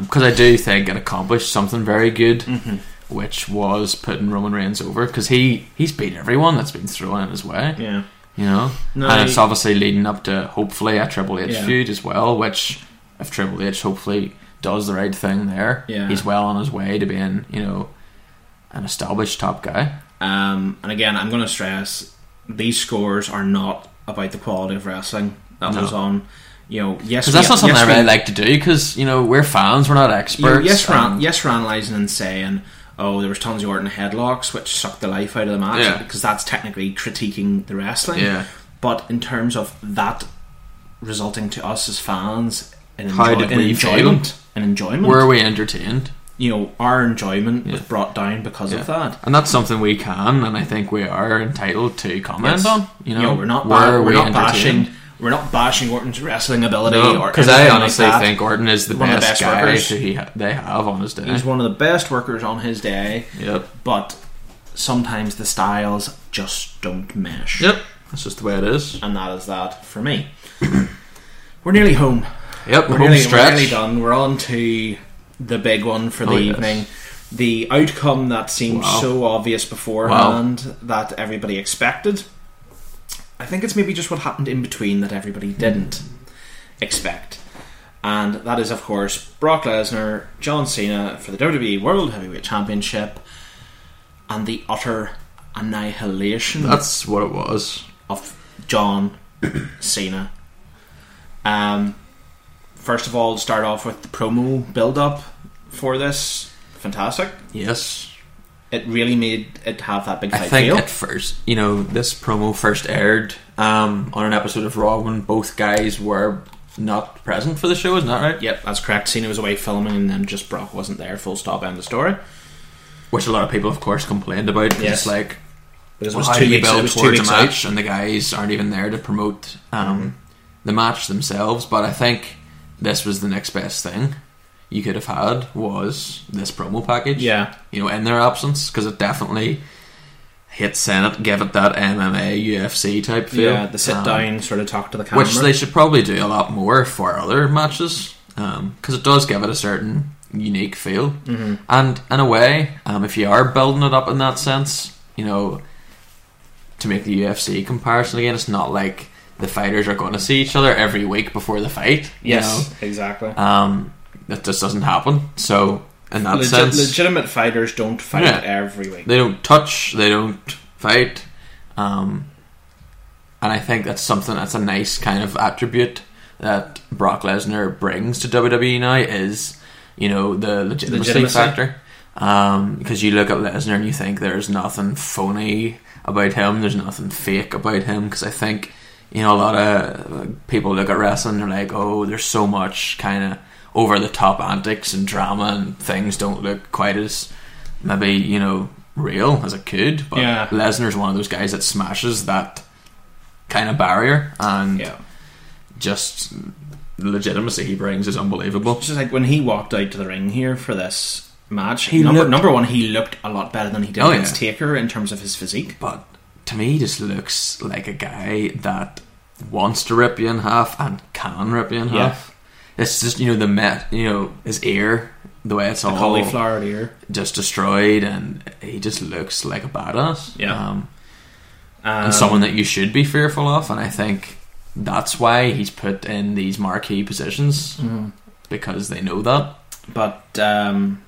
Speaker 7: because Um, I do think it accomplished something very good,
Speaker 6: Mm-hmm.
Speaker 7: which was putting Roman Reigns over because he he's beat everyone that's been thrown in his way.
Speaker 6: yeah.
Speaker 7: you know.
Speaker 6: No,
Speaker 7: and
Speaker 6: I-
Speaker 7: it's obviously leading up to hopefully a Triple H
Speaker 6: Yeah.
Speaker 7: feud as well, which if Triple H hopefully does the right thing there,
Speaker 6: Yeah.
Speaker 7: he's well on his way to being you know an established top guy.
Speaker 6: Um, and again, I'm going to stress these scores are not about the quality of wrestling that
Speaker 7: No.
Speaker 6: was on. you know, yes,
Speaker 7: Because that's
Speaker 6: we-
Speaker 7: not something
Speaker 6: yes,
Speaker 7: I really
Speaker 6: we-
Speaker 7: like to do. Because you know we're fans, we're not experts.
Speaker 6: you know, yes,
Speaker 7: and-
Speaker 6: Ran, yes, ranalising and saying, oh, there was tons of Orton headlocks, which sucked the life out of the match,
Speaker 7: Yeah.
Speaker 6: because that's technically critiquing the wrestling.
Speaker 7: Yeah.
Speaker 6: But in terms of that resulting to us as fans in,
Speaker 7: How
Speaker 6: enjoy-
Speaker 7: did
Speaker 6: in
Speaker 7: we
Speaker 6: enjoyment,
Speaker 7: feel?
Speaker 6: in enjoyment,
Speaker 7: Were we entertained?
Speaker 6: you know, our enjoyment was
Speaker 7: Yeah.
Speaker 6: brought down because of
Speaker 7: Yeah.
Speaker 6: that.
Speaker 7: And that's something we can, and I think we are entitled to comment
Speaker 6: Yes.
Speaker 7: on. You know,
Speaker 6: we're not
Speaker 7: Were
Speaker 6: ba- we're
Speaker 7: we
Speaker 6: not
Speaker 7: entertained?
Speaker 6: bashing we're not bashing Orton's wrestling ability or
Speaker 7: because I
Speaker 6: anything like
Speaker 7: honestly
Speaker 6: that.
Speaker 7: think Orton is the
Speaker 6: One of the best
Speaker 7: best, guy
Speaker 6: workers.
Speaker 7: that he ha- they have on his day.
Speaker 6: he's one of the best workers on his day.
Speaker 7: Yep.
Speaker 6: But sometimes the styles just don't mesh.
Speaker 7: Yep, that's just the way it is.
Speaker 6: And that is that for me. we're nearly home.
Speaker 7: Yep,
Speaker 6: We're
Speaker 7: home
Speaker 6: nearly, we're
Speaker 7: stretch.
Speaker 6: nearly done. We're on to the big one for the
Speaker 7: Oh, yes.
Speaker 6: evening. The outcome that seemed
Speaker 7: Wow.
Speaker 6: so obvious beforehand that everybody expected. I think it's maybe just what happened in between that everybody
Speaker 7: Hmm.
Speaker 6: didn't expect. And that is, of course, Brock Lesnar, John Cena for the WWE World Heavyweight Championship, and the utter annihilation
Speaker 7: That's what it was.
Speaker 6: of John Cena. Um, first of all, start off with the promo build up for this. Fantastic.
Speaker 7: Yes,
Speaker 6: It really made it have that big
Speaker 7: I
Speaker 6: fight
Speaker 7: think
Speaker 6: feel.
Speaker 7: at first, you know, this promo first aired um, on an episode of Raw when both guys were not present for the show. Isn't that right?
Speaker 6: Yep, that's correct. Cena was away filming, and then just Brock wasn't there. Full stop. End of story.
Speaker 7: Which a lot of people, of course, complained about.
Speaker 6: Yes.
Speaker 7: It's like
Speaker 6: Because it was
Speaker 7: well, how
Speaker 6: two
Speaker 7: do you
Speaker 6: weeks. It
Speaker 7: build
Speaker 6: was two
Speaker 7: towards a
Speaker 6: weeks
Speaker 7: match,
Speaker 6: out. Mm-hmm.
Speaker 7: and the guys aren't even there to promote um, the match themselves. But I think this was the next best thing you could have had was this promo package.
Speaker 6: Yeah.
Speaker 7: you know, in their absence because it definitely hit Senate, give it that MMA UFC type feel.
Speaker 6: Yeah, the sit
Speaker 7: Um,
Speaker 6: down, sort of talk to the camera.
Speaker 7: which they should probably do a lot more for other matches because it does give it a certain unique feel. Mm-hmm. And in a way, um, if you are building it up in that sense, you know, to make the UFC comparison again, it's not like the fighters are going to see each other every week before the fight. you
Speaker 6: yes, exactly.
Speaker 7: know? um, that just doesn't happen. So in that
Speaker 6: Legi-
Speaker 7: sense,
Speaker 6: legitimate fighters don't fight
Speaker 7: Yeah.
Speaker 6: every week.
Speaker 7: they don't touch, they don't fight, um, and I think that's something that's a nice kind of attribute that Brock Lesnar brings to WWE now is you know the legitimacy,
Speaker 6: Legitimacy.
Speaker 7: factor. Um, because you look at Lesnar and you think there's nothing phony about him, there's nothing fake about him. Because I think you know a lot of uh, people look at wrestling, they're like, oh, there's so much kind of over the top antics and drama, and things don't look quite as maybe you know real as it could. But
Speaker 6: Yeah.
Speaker 7: Lesnar's one of those guys that smashes that kind of barrier and
Speaker 6: yeah.
Speaker 7: just the legitimacy he brings is unbelievable.
Speaker 6: It's just like when he walked out to the ring here for this match.
Speaker 7: He
Speaker 6: number
Speaker 7: looked-
Speaker 6: number one, he looked a lot better than he did
Speaker 7: Oh,
Speaker 6: against
Speaker 7: yeah.
Speaker 6: Taker in terms of his physique.
Speaker 7: But to me, he just looks like a guy that wants to rip you in half and can rip you in
Speaker 6: Yeah.
Speaker 7: half. It's just you know the met you know his ear, the way it's all
Speaker 6: Cauliflower ear.
Speaker 7: just destroyed, and he just looks like a badass.
Speaker 6: Yeah. Um,
Speaker 7: Um, and someone that you should be fearful of. And I think that's why he's put in these marquee positions
Speaker 6: Hmm.
Speaker 7: because they know that.
Speaker 6: But um,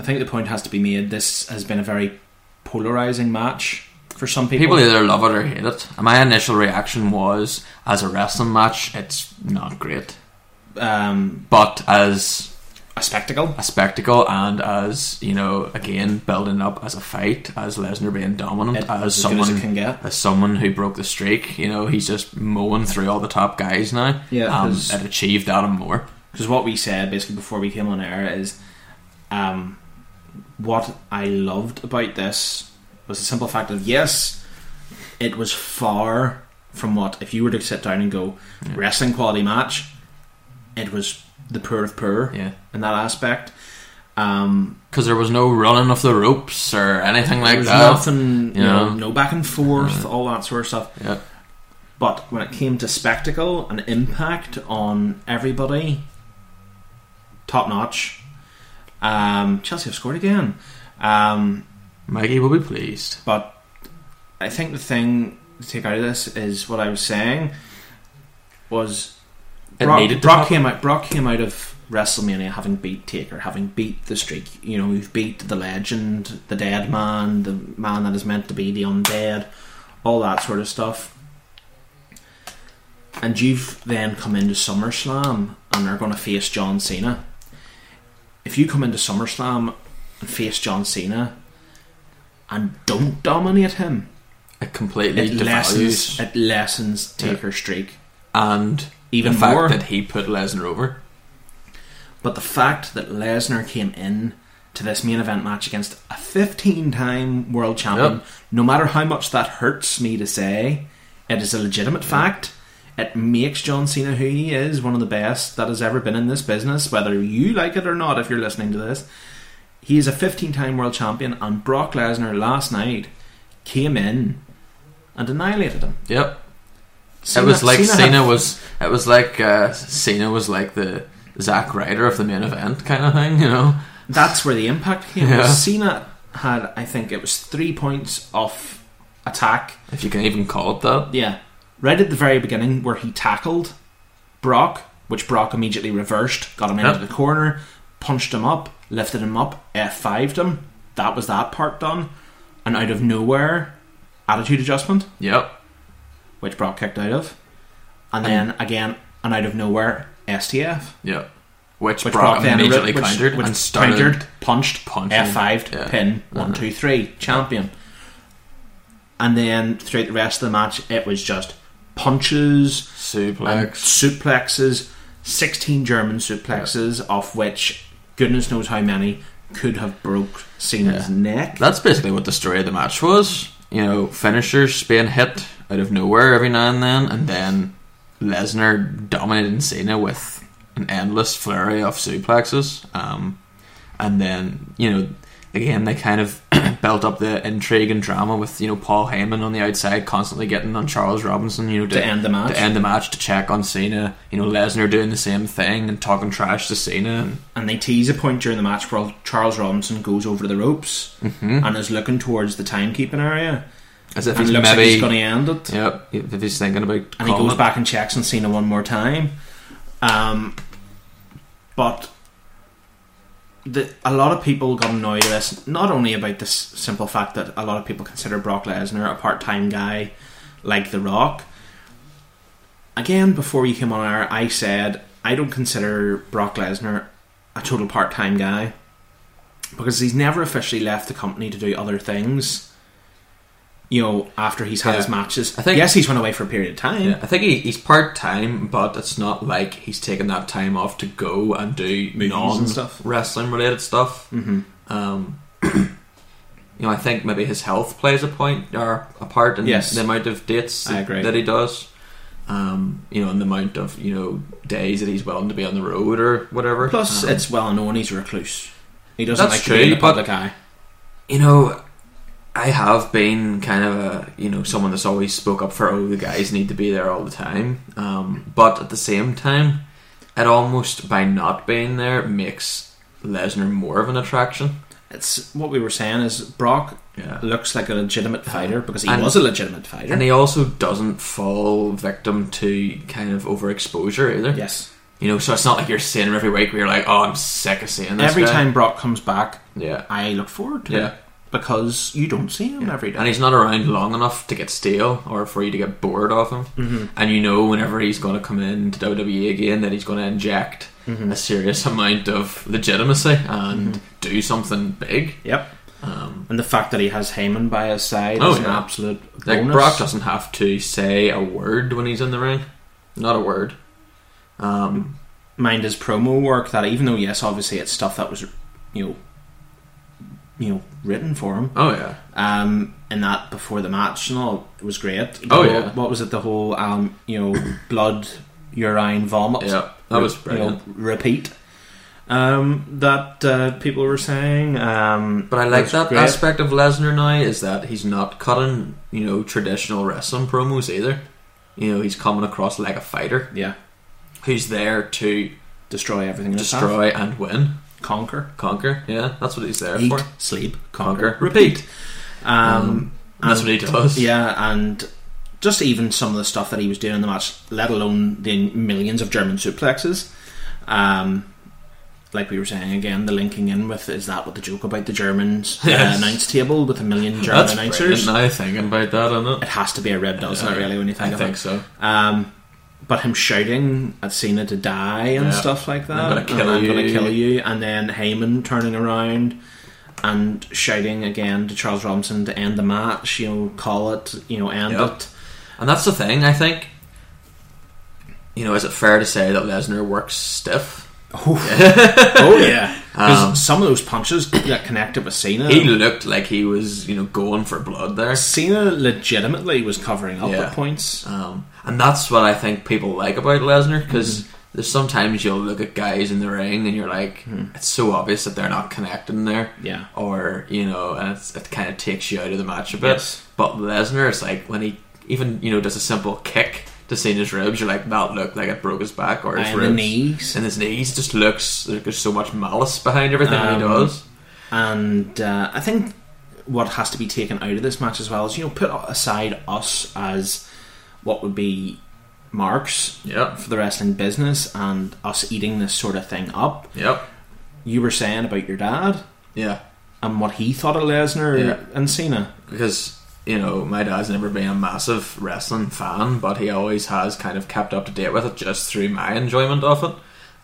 Speaker 6: I think the point has to be made. This has been a very polarizing match for some people.
Speaker 7: People either love it or hate it. And my initial reaction was, as a wrestling match, it's not great.
Speaker 6: um,
Speaker 7: But as
Speaker 6: a spectacle.
Speaker 7: a spectacle and as, you know, again, building up as a fight, as Lesnar being dominant,
Speaker 6: It-
Speaker 7: as
Speaker 6: as good as
Speaker 7: someone
Speaker 6: it can get.
Speaker 7: as someone who broke the streak, you know, he's just mowing through all the top guys now.
Speaker 6: Yeah,
Speaker 7: um,
Speaker 6: 'cause-
Speaker 7: it achieved that and more.
Speaker 6: Because what we said basically before we came on air is, um, what I loved about this was the simple fact of yes, it was far from what if you were to sit down and go wrestling quality match, it was the poor of poor
Speaker 7: Yeah.
Speaker 6: in that aspect. Um,
Speaker 7: because there was no running off the ropes or anything
Speaker 6: there
Speaker 7: like
Speaker 6: was
Speaker 7: that.
Speaker 6: nothing, you know,
Speaker 7: Yeah.
Speaker 6: no back and forth, all that sort of stuff.
Speaker 7: Yeah.
Speaker 6: But when it came to spectacle and impact on everybody, top notch. Um, Chelsea have scored again. Um,
Speaker 7: Maggie will be pleased.
Speaker 6: but I think the thing to take out of this is what I was saying was
Speaker 7: It
Speaker 6: Brock,
Speaker 7: needed to
Speaker 6: Brock
Speaker 7: happen.
Speaker 6: came out. Brock came out of WrestleMania having beat Taker, having beat the streak. You know, you've beat the legend, the dead man, the man that is meant to be the undead, all that sort of stuff. and you've then come into SummerSlam and are going to face John Cena. If you come into SummerSlam and face John Cena and don't dominate him,
Speaker 7: It completely
Speaker 6: it
Speaker 7: devalues
Speaker 6: lessens it lessens Taker's streak.
Speaker 7: and
Speaker 6: Even
Speaker 7: the fact
Speaker 6: more.
Speaker 7: that he put Lesnar over.
Speaker 6: But the fact that Lesnar came in to this main event match against a 15 time world champion,
Speaker 7: Yep.
Speaker 6: no matter how much that hurts me to say, it is a legitimate fact. It makes John Cena who he is, one of the best that has ever been in this business, whether you like it or not, if you're listening to this. He is a 15 time world champion, and Brock Lesnar last night came in and annihilated him.
Speaker 7: Yep.
Speaker 6: Cena-
Speaker 7: it was like Cena,
Speaker 6: had-
Speaker 7: was. It was like uh, Cena was like the Zack Ryder of the main event kind of thing, you know.
Speaker 6: that's where the impact came.
Speaker 7: Yeah.
Speaker 6: Cena had, I think it was three points off attack.
Speaker 7: If you can even call it that.
Speaker 6: Yeah. Right at the very beginning, where he tackled Brock, which Brock immediately reversed, got him into
Speaker 7: Yep.
Speaker 6: the corner, punched him up, lifted him up, F5'd him. That was that part done. And out of nowhere, attitude adjustment,
Speaker 7: Yep.
Speaker 6: which Brock kicked out of. And then again, and out of nowhere, STF.
Speaker 7: Yep. Which,
Speaker 6: Which
Speaker 7: Brock,
Speaker 6: Brock, then
Speaker 7: immediately
Speaker 6: which,
Speaker 7: countered
Speaker 6: which
Speaker 7: and started.
Speaker 6: countered, punched,
Speaker 7: punching.
Speaker 6: F5'd,
Speaker 7: Yeah. Uh-huh.
Speaker 6: pin, one, two, three, champion. And then throughout the rest of the match, it was just punches, and
Speaker 7: Suplex.
Speaker 6: Uh, suplexes, 16 German suplexes, of which goodness knows how many could have broke Cena's
Speaker 7: Yeah.
Speaker 6: neck.
Speaker 7: That's basically what the story of the match was. You know, finishers being hit out of nowhere every now and then, and then Lesnar dominating Cena with an endless flurry of suplexes. Um, and then, you know, again, they kind of built up the intrigue and drama with, you know, Paul Heyman on the outside constantly getting on Charles Robinson, you know,
Speaker 6: To end the match.
Speaker 7: To end the match, to check on Cena. You know, Lesnar doing the same thing and talking trash to Cena. And,
Speaker 6: and they tease a point during the match where Charles Robinson goes over the ropes and is looking towards the timekeeping area.
Speaker 7: as Mm-hmm. if
Speaker 6: And
Speaker 7: he's
Speaker 6: looks
Speaker 7: maybe.
Speaker 6: like he's going to end it.
Speaker 7: Yep, if he's thinking about
Speaker 6: and he
Speaker 7: calling
Speaker 6: goes
Speaker 7: it.
Speaker 6: back and checks and Cena one more time. Um, but the, a lot of people got annoyed at this, not only about this simple fact that a lot of people consider Brock Lesnar a part time guy like The Rock. Again, before you came on air, I said I don't consider Brock Lesnar a total part time guy because he's never officially left the company to do other things. You know, after he's had
Speaker 7: Yeah.
Speaker 6: his matches,
Speaker 7: I think-
Speaker 6: yes, he's went away for a period of time.
Speaker 7: Yeah, I think he, he's part time, but it's not like he's taking that time off to go and do non
Speaker 6: and stuff.
Speaker 7: wrestling related stuff. Mm-hmm. Um, you know, I think maybe his health plays a point or a part in
Speaker 6: Yes.
Speaker 7: the amount of dates
Speaker 6: I
Speaker 7: that,
Speaker 6: agree.
Speaker 7: that he does. Um, you know, and the amount of you know days that he's willing to be on the road or whatever.
Speaker 6: Plus,
Speaker 7: Um,
Speaker 6: it's well known he's a recluse. He doesn't
Speaker 7: That's
Speaker 6: like to be in
Speaker 7: true,
Speaker 6: the
Speaker 7: but-
Speaker 6: public eye.
Speaker 7: you know, I have been kind of a you know someone that's always spoke up for oh the guys need to be there all the time, um, but at the same time, it almost by not being there makes Lesnar more of an attraction.
Speaker 6: It's what we were saying is Brock
Speaker 7: Yeah.
Speaker 6: looks like a legitimate fighter because he
Speaker 7: And-
Speaker 6: was a legitimate fighter.
Speaker 7: And he also doesn't fall victim to kind of overexposure either.
Speaker 6: yes.
Speaker 7: You know, so it's not like you're seeing him every week where you're like, oh, I'm sick of seeing this
Speaker 6: every
Speaker 7: guy.
Speaker 6: time Brock comes back,
Speaker 7: Yeah.
Speaker 6: I look forward to
Speaker 7: Yeah.
Speaker 6: it because you don't see him every day.
Speaker 7: and he's not around long enough to get stale or for you to get bored of him.
Speaker 6: Mm-hmm.
Speaker 7: And you know, whenever he's going to come in to WWE again, that he's going to inject
Speaker 6: Mm-hmm.
Speaker 7: a serious amount of legitimacy and do something big.
Speaker 6: yep. and the fact that he has Heyman by his side
Speaker 7: Um, Oh,
Speaker 6: is an
Speaker 7: yeah.
Speaker 6: absolute
Speaker 7: Like
Speaker 6: bonus.
Speaker 7: Brock doesn't have to say a word when he's in the ring, not a word. Um,
Speaker 6: mind his promo work that even though yes, obviously it's stuff that was you know you know written for him.
Speaker 7: oh yeah,
Speaker 6: um, and that before the match and all it was great. The
Speaker 7: Oh,
Speaker 6: whole-
Speaker 7: yeah.
Speaker 6: what was it? The whole um, you know blood, urine, vomit.
Speaker 7: Yeah, that was
Speaker 6: you know,
Speaker 7: brilliant.
Speaker 6: repeat. Um, that uh, people were saying. Um,
Speaker 7: But I like
Speaker 6: was
Speaker 7: that
Speaker 6: great.
Speaker 7: aspect of Lesnar now is that he's not cutting you know traditional wrestling promos either. You know, he's coming across like a fighter
Speaker 6: Yeah,
Speaker 7: who's there to
Speaker 6: destroy everything. in its path.
Speaker 7: destroy and win.
Speaker 6: conquer,
Speaker 7: Conquer, yeah, that's what he's there
Speaker 6: eat,
Speaker 7: for.
Speaker 6: sleep, conquer,
Speaker 7: Conquer, repeat.
Speaker 6: Um,
Speaker 7: And that's what he does.
Speaker 6: yeah, and just even some of the stuff that he was doing in the match, let alone the millions of German suplexes. Um, like we were saying again, the linking in with is that what the joke about the Germans uh,
Speaker 7: Yes.
Speaker 6: announce table with a million German
Speaker 7: that's
Speaker 6: announcers?
Speaker 7: brilliant. Now thinking about that, isn't
Speaker 6: It
Speaker 7: it?
Speaker 6: has to be a rib, doesn't it? Really, when you think
Speaker 7: I
Speaker 6: of
Speaker 7: think
Speaker 6: it.
Speaker 7: so.
Speaker 6: Um, but him shouting at Cena to die and
Speaker 8: Yeah.
Speaker 6: stuff like that.
Speaker 7: I'm gonna kill
Speaker 6: and I'm gonna
Speaker 7: you.
Speaker 6: kill you. And then Heyman turning around and shouting again to Charles Robinson to end the match. You know, call it. You know, end
Speaker 7: Yep.
Speaker 6: it.
Speaker 7: And that's the thing, I think. You know, is it fair to say that Lesnar works stiff?
Speaker 6: Oh yeah, 'Cause some of those punches that connected with Cena.
Speaker 7: Um, He looked like he was, you know, going for blood there.
Speaker 6: Cena legitimately was covering up
Speaker 7: Yeah.
Speaker 6: at points.
Speaker 7: Um, and that's what I think people like about Lesnar because
Speaker 6: Mm-hmm.
Speaker 7: there's sometimes you'll look at guys in the ring and you're like, it's so obvious that they're not connecting there.
Speaker 6: Mm-hmm. Yeah.
Speaker 7: Or, you know, and it's, it kind of takes you out of the match a bit.
Speaker 6: Yes.
Speaker 7: But Lesnar, it's like when he even, you know, does a simple kick to Cena's ribs, you're like, that looked like it broke his back or his
Speaker 6: And the
Speaker 7: ribs.
Speaker 6: knees.
Speaker 7: And his knees just looks, there's so much malice behind everything that he
Speaker 6: Um,
Speaker 7: does.
Speaker 6: And uh, I think what has to be taken out of this match as well is you know put aside us as what would be marks
Speaker 7: Yep.
Speaker 6: for the wrestling business and us eating this sort of thing up.
Speaker 7: Yep.
Speaker 6: You were saying about your dad
Speaker 7: Yeah.
Speaker 6: and what he thought of Lesnar
Speaker 7: Yeah.
Speaker 6: and Cena.
Speaker 7: because you know my dad's never been a massive wrestling fan, but he always has kind of kept up to date with it just through my enjoyment of it.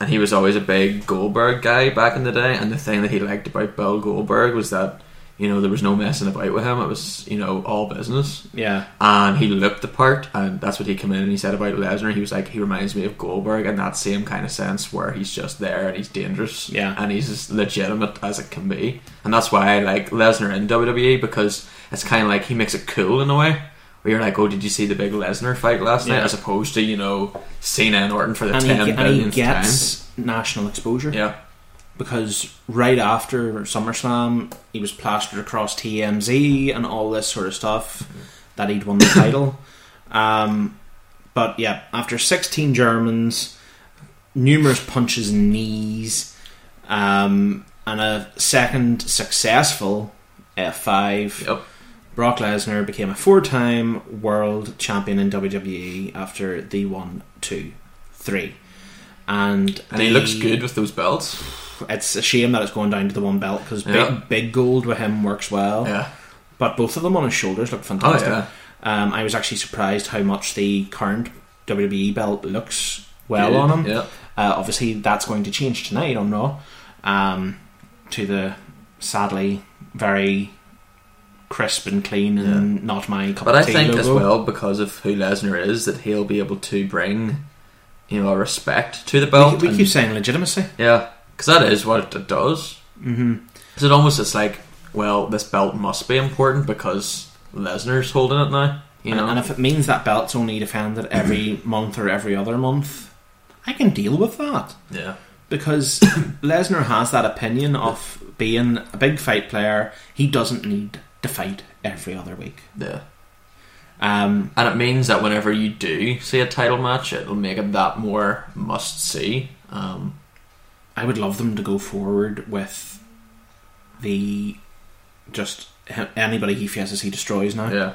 Speaker 7: And he was always a big Goldberg guy back in the day. And the thing that he liked about Bill Goldberg was that you know there was no messing about with him. It was you know all business.
Speaker 6: Yeah.
Speaker 7: And he looked the part, and that's what he came in and he said about Lesnar. He was like, he reminds me of Goldberg in that same kind of sense where he's just there and he's dangerous,
Speaker 6: Yeah.
Speaker 7: and he's as legitimate as it can be. And that's why I like Lesnar in WWE because it's kind of like he makes it cool in a way where you're like, oh, did you see the big Lesnar fight last
Speaker 6: Yeah.
Speaker 7: night? As opposed to you know Cena and Orton for the
Speaker 6: And he,
Speaker 7: ten
Speaker 6: ge- and he
Speaker 7: billionth time.
Speaker 6: gets national exposure.
Speaker 7: Yeah,
Speaker 6: because right after SummerSlam, he was plastered across TMZ and all this sort of stuff that he'd won the title. Um, but yeah, after 16 Germans, numerous punches and knees, um, and a second successful F5,
Speaker 7: yep.
Speaker 6: Brock Lesnar became a four time world champion in WWE after the one, two, three. And,
Speaker 7: And he
Speaker 6: the-
Speaker 7: looks good with those belts.
Speaker 6: it's a shame that it's going down to the one belt because
Speaker 7: Yeah.
Speaker 6: big, big gold with him works well.
Speaker 7: Yeah,
Speaker 6: But both of them on his shoulders look fantastic.
Speaker 7: Oh, yeah.
Speaker 6: um, I was actually surprised how much the current WWE belt looks well
Speaker 7: Good,
Speaker 6: on him.
Speaker 7: yeah.
Speaker 6: Uh, obviously, that's going to change tonight on Raw um, to the sadly very crisp and clean and not my cup
Speaker 7: But
Speaker 6: of
Speaker 7: I
Speaker 6: tea
Speaker 7: think as
Speaker 6: logo.
Speaker 7: well, because of who Lesnar is, that he'll be able to bring, you know, a respect to the belt.
Speaker 6: We, we
Speaker 7: and-
Speaker 6: keep saying legitimacy.
Speaker 7: yeah, because that is what it does. Mm-hmm. Because it almost it's like, well, this belt must be important because Lesnar's holding it now. You
Speaker 6: And-
Speaker 7: know,
Speaker 6: And if it means that belt's only defended every month or every other month, I can deal with that.
Speaker 7: yeah,
Speaker 6: Because Lesnar has that opinion of being a big fight player, he doesn't need to fight every other week.
Speaker 7: yeah.
Speaker 6: Um,
Speaker 7: And it means that whenever you do see a title match, it'll make it that more must see. Um,
Speaker 6: I would love them to go forward with the just h- anybody he faces, he destroys now.
Speaker 7: Yeah.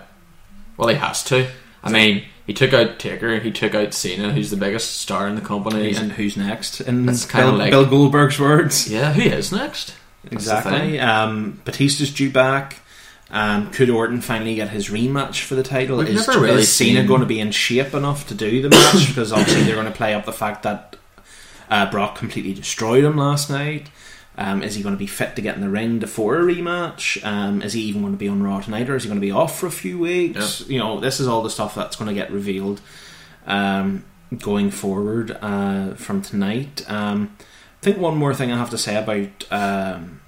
Speaker 7: Well, he has to. I mean, he took out Taker, he took out Cena, who's the biggest star in the company,
Speaker 6: Who's-
Speaker 7: and
Speaker 6: And who's next? In
Speaker 7: That's kinda
Speaker 6: Bill,
Speaker 7: like-
Speaker 6: Bill Goldberg's words.
Speaker 7: Yeah, who is next? That's the
Speaker 6: Exactly.
Speaker 7: thing.
Speaker 6: Um, Batista's due back. Um, could Orton finally get his rematch for the title?
Speaker 7: We've
Speaker 6: is
Speaker 7: never really
Speaker 6: is Cena
Speaker 7: seen-
Speaker 6: going to be in shape enough to do the match? because obviously they're going to play up the fact that uh, Brock completely destroyed him last night. Um, is he going to be fit to get in the ring before a rematch? Um, is he even going to be on Raw tonight, or is he going to be off for a few weeks? You know, this is all the stuff that's going to get revealed um, going forward uh, from tonight. Um, I think one more thing I have to say about um,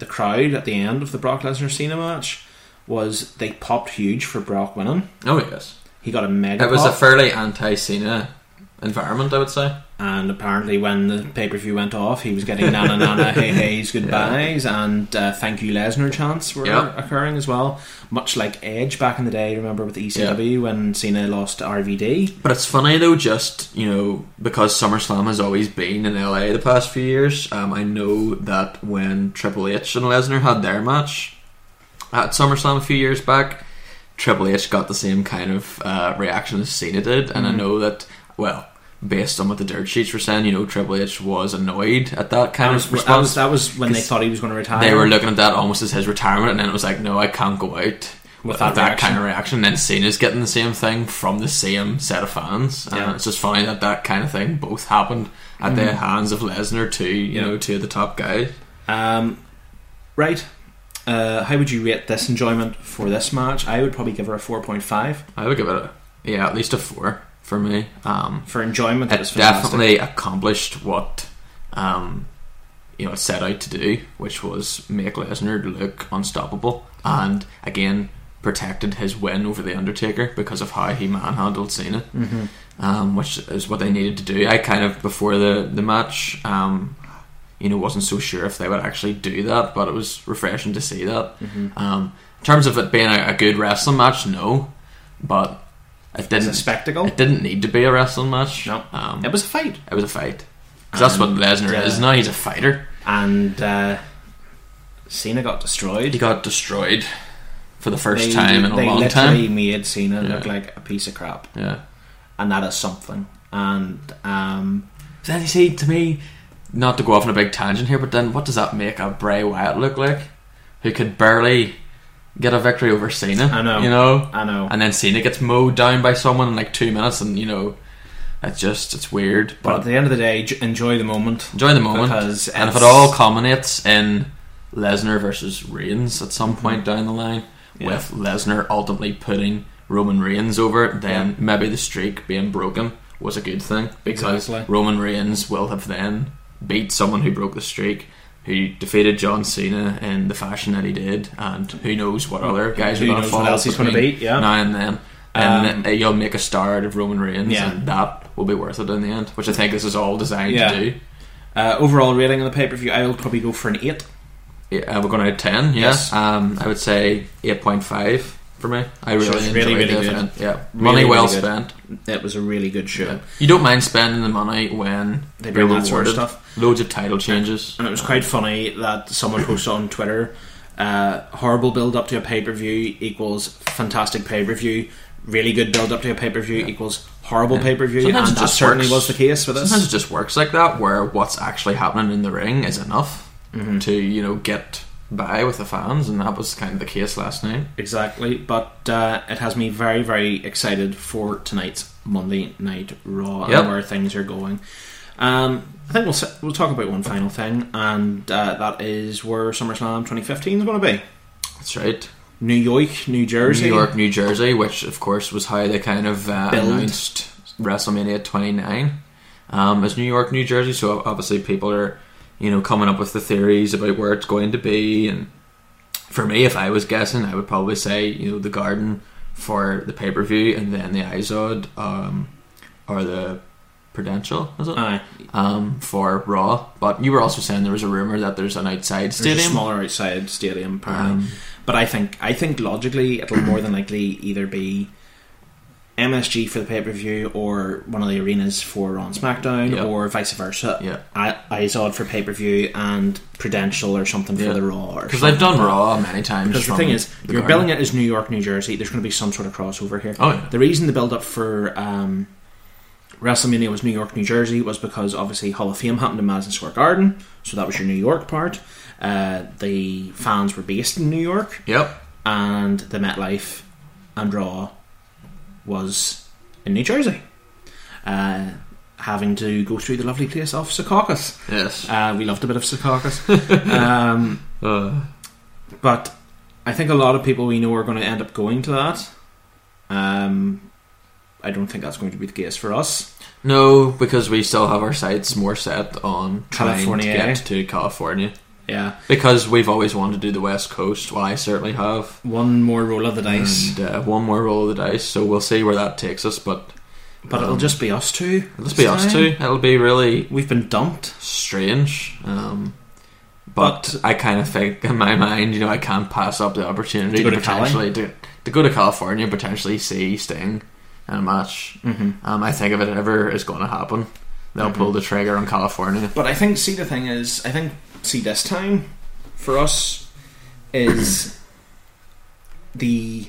Speaker 6: the crowd at the end of the Brock Lesnar Cena match was they popped huge for Brock winning.
Speaker 7: Oh yes,
Speaker 6: He got a mega
Speaker 7: it was a
Speaker 6: pop,
Speaker 7: fairly anti-Cena environment, I would say.
Speaker 6: and apparently when the pay per view went off, he was getting nana nana hey hey's goodbyes and uh, thank you Lesnar chants were
Speaker 7: Yeah.
Speaker 6: occurring as well, much like Edge back in the day. Remember with ECW when Cena lost to RVD?
Speaker 7: But it's funny though, just you know, because SummerSlam has always been in LA the past few years. Um, I know that when Triple H and Lesnar had their match at SummerSlam a few years back, Triple H got the same kind of uh, reaction as Cena did, and I
Speaker 6: Mm-hmm.
Speaker 7: know that well. Based on what the dirt sheets were saying, you know, Triple H was annoyed at that kind
Speaker 6: That was,
Speaker 7: of
Speaker 6: that
Speaker 7: response.
Speaker 6: was that was when they thought he was going to retire.
Speaker 7: They were looking at that almost as his retirement, and then it was like, no, I can't go out.
Speaker 6: with
Speaker 7: that,
Speaker 6: that, reaction.
Speaker 7: kind of reaction. Then Cena's getting the same thing from the same set of fans, and
Speaker 6: Yeah. Mm-hmm.
Speaker 7: it's just funny that that kind of thing both happened at the hands of Lesnar, two
Speaker 6: Yeah.
Speaker 7: you know, two of the top guys.
Speaker 6: Um, right. Uh, how would you rate this enjoyment for this match? I would probably give her a 4.5
Speaker 7: I would give it a yeah, at least a four for me. Um,
Speaker 6: for enjoyment. That
Speaker 7: it
Speaker 6: is fantastic.
Speaker 7: definitely accomplished what um, you know it set out to do, which was make Lesnar look unstoppable, and again protected his win over the Undertaker because of how he manhandled Cena, mm-hmm. um, which is what they needed to do. I kind of before the the match. Um, you know, wasn't so sure if they would actually do that, but it was refreshing to see that. Um, in terms of it being a, a good wrestling match, no, but it didn't
Speaker 6: a spectacle?
Speaker 7: It didn't need to be a wrestling match.
Speaker 6: No,
Speaker 7: um,
Speaker 6: it was a fight,
Speaker 7: it was a fight. 'Cause that's what Lesnar
Speaker 6: uh,
Speaker 7: is now. He's a fighter.
Speaker 6: and uh, Cena got destroyed.
Speaker 7: He got destroyed for the first
Speaker 6: They-
Speaker 7: time in a
Speaker 6: they
Speaker 7: long
Speaker 6: literally
Speaker 7: time.
Speaker 6: made Cena look
Speaker 7: Yeah.
Speaker 6: like a piece of crap,
Speaker 7: Yeah.
Speaker 6: and that is something. And um,
Speaker 7: Then you see, to me, not to go off on a big tangent here, but then what does that make a Bray Wyatt look like? Who could barely get a victory over Cena?
Speaker 6: I know.
Speaker 7: You know?
Speaker 6: I know.
Speaker 7: And then Cena gets mowed down by someone in like two minutes, and you know, it's just, it's weird.
Speaker 6: but at the end of the day, j- enjoy the moment.
Speaker 7: Enjoy the moment.
Speaker 6: Because
Speaker 7: and if
Speaker 6: it's-
Speaker 7: it all culminates in Lesnar versus Reigns at some
Speaker 6: Mm-hmm.
Speaker 7: point down the line, with Lesnar ultimately putting Roman Reigns over, then maybe the streak being broken was a good thing because
Speaker 6: Exactly.
Speaker 7: Roman Reigns will have then beat someone who broke the streak. Who defeated John Cena in the fashion that he did, and who knows what other guys
Speaker 6: Mm-hmm. Who
Speaker 7: are going to
Speaker 6: knows
Speaker 7: fall
Speaker 6: what else he's gonna
Speaker 7: between
Speaker 6: beat, yeah. Um,
Speaker 7: now and then, and then you'll make a star out of Roman Reigns,
Speaker 6: Yeah.
Speaker 7: and that will be worth it in the end. Which I think this is all designed
Speaker 6: Yeah.
Speaker 7: to do.
Speaker 6: Uh, overall rating on the pay per view, I will probably go for an eight.
Speaker 7: Yeah, we're going to ten. Yes,
Speaker 6: Yes.
Speaker 7: um, I would say eight point five for me. I really
Speaker 6: So it's
Speaker 7: enjoyed
Speaker 6: really, really
Speaker 7: the
Speaker 6: good.
Speaker 7: event. Yeah,
Speaker 6: Really,
Speaker 7: money well
Speaker 6: really good.
Speaker 7: spent.
Speaker 6: It was a really good show.
Speaker 7: You don't mind spending the money when
Speaker 6: They
Speaker 7: you're
Speaker 6: bring that sort of
Speaker 7: rewarded.
Speaker 6: stuff.
Speaker 7: Loads of title changes.
Speaker 6: and it was quite funny that someone posted on Twitter, uh, horrible build up to a pay per view equals fantastic pay per view, really good build up to a pay per view equals horrible pay per view, and
Speaker 7: Sometimes it
Speaker 6: that
Speaker 7: just
Speaker 6: certainly
Speaker 7: works.
Speaker 6: was the case with
Speaker 7: Sometimes it
Speaker 6: this.
Speaker 7: just works like that, where what's actually happening in the ring is enough
Speaker 6: Mm-hmm.
Speaker 7: to you know get by with the fans, and that was kind of the case last night.
Speaker 6: Exactly, but uh, it has me very, very excited for tonight's Monday Night Raw
Speaker 7: Yep.
Speaker 6: and where things are going. Um, I think we'll s- we'll talk about one final thing, and uh, that is where SummerSlam 2015 is going to be.
Speaker 7: That's right.
Speaker 6: New York, New Jersey,
Speaker 7: New York, New Jersey, which of course was how they kind of uh,
Speaker 6: Build.
Speaker 7: announced WrestleMania 29 um, as New York, New Jersey. So obviously people are, you know, coming up with the theories about where it's going to be. And for me, if I was guessing, I would probably say you know the Garden for the pay per view, and then the Izod um, or the Prudential, is it?
Speaker 6: Aye.
Speaker 7: Um, for Raw. But you were also saying there was a rumor that there's an outside
Speaker 6: There's
Speaker 7: stadium.
Speaker 6: a smaller outside stadium, apparently.
Speaker 7: Um,
Speaker 6: but I think I think logically it'll more than likely either be MSG for the pay per view or one of the arenas for on SmackDown
Speaker 7: Yeah.
Speaker 6: or vice versa.
Speaker 7: Yeah.
Speaker 6: I Izod for pay per view and Prudential or something
Speaker 7: Yeah.
Speaker 6: for the Raw.
Speaker 7: because they've done Raw many times.
Speaker 6: Because the
Speaker 7: from
Speaker 6: thing is,
Speaker 7: the
Speaker 6: you're
Speaker 7: Garden.
Speaker 6: billing it as New York, New Jersey. There's going to be some sort of crossover here.
Speaker 7: Oh, yeah.
Speaker 6: The reason the build up for um, WrestleMania was New York, New Jersey was because obviously Hall of Fame happened in Madison Square Garden, so that was your New York part. Uh, the fans were based in New York,
Speaker 7: Yep.
Speaker 6: and the MetLife and Raw was in New Jersey, uh, having to go through the lovely place of Secaucus.
Speaker 7: Yes.
Speaker 6: Uh, we loved a bit of Secaucus. um,
Speaker 7: Uh.
Speaker 6: but I think a lot of people we know are going to end up going to that. Um, I don't think that's going to be the case for us.
Speaker 7: No, because we still have our sights more set on trying
Speaker 6: California,
Speaker 7: to
Speaker 6: eh?
Speaker 7: get to California.
Speaker 6: Yeah,
Speaker 7: Because we've always wanted to do the West Coast. Well, I certainly have.
Speaker 6: one more roll of the dice,
Speaker 7: And uh, one more roll of the dice, so we'll see where that takes us. But um,
Speaker 6: but it'll just be us two.
Speaker 7: let's be us
Speaker 6: This
Speaker 7: two.
Speaker 6: time.
Speaker 7: It'll be really
Speaker 6: We've been dumped.
Speaker 7: strange. Um, but I kind of think in my mind, you know, I can't pass up the opportunity
Speaker 6: To go
Speaker 7: to,
Speaker 6: to
Speaker 7: potentially to, to go to California, potentially see Sting in a match. Mm-hmm. Um, I think if it ever is going to happen, they'll
Speaker 6: Mm-hmm.
Speaker 7: pull the trigger on California.
Speaker 6: But I think see the thing is, I think see this time for us is the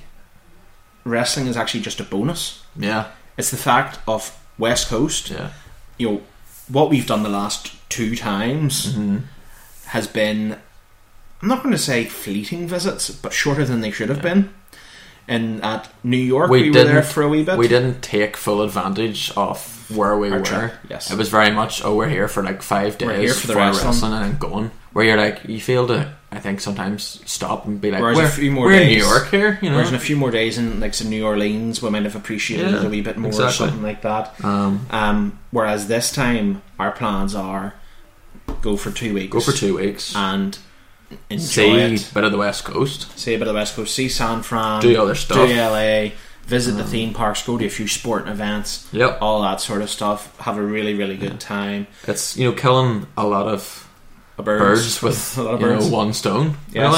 Speaker 6: wrestling is actually just a bonus.
Speaker 7: Yeah,
Speaker 6: It's the fact of West Coast.
Speaker 7: yeah.
Speaker 6: You know what we've done the last two times
Speaker 7: Mm-hmm.
Speaker 6: has been. I'm not going to say fleeting visits, but shorter than they should have been. in at New York.
Speaker 7: we,
Speaker 6: We, were
Speaker 7: didn't
Speaker 6: there for a wee bit.
Speaker 7: We didn't take full advantage of where we were.
Speaker 6: trip, yes.
Speaker 7: it was very much oh we're here for like five days
Speaker 6: We're here for the wrestling."
Speaker 7: and then going. Where you're like you feel to I think sometimes stop and be like
Speaker 6: Whereas
Speaker 7: we're,
Speaker 6: a few more
Speaker 7: we're in New
Speaker 6: days-
Speaker 7: York here, you know.
Speaker 6: Whereas in a few more days in like some New Orleans, we might have appreciated it
Speaker 7: Yeah,
Speaker 6: a wee bit more
Speaker 7: exactly.
Speaker 6: or something like that.
Speaker 7: Um,
Speaker 6: Um, whereas this time, our plans are go for two weeks,
Speaker 7: go for two weeks.
Speaker 6: and enjoy
Speaker 7: See
Speaker 6: it.
Speaker 7: a bit of the West Coast.
Speaker 6: See a bit of the West Coast, see San Fran,
Speaker 7: Do other stuff.
Speaker 6: do LA, visit the theme parks, go to a few sporting events,
Speaker 7: Yep.
Speaker 6: all that sort of stuff. Have a really really good time.
Speaker 7: It's you know killing a lot of
Speaker 6: A bird,
Speaker 7: birds with
Speaker 6: a lot of
Speaker 7: you know,
Speaker 6: birds.
Speaker 7: one stone.
Speaker 6: Yes.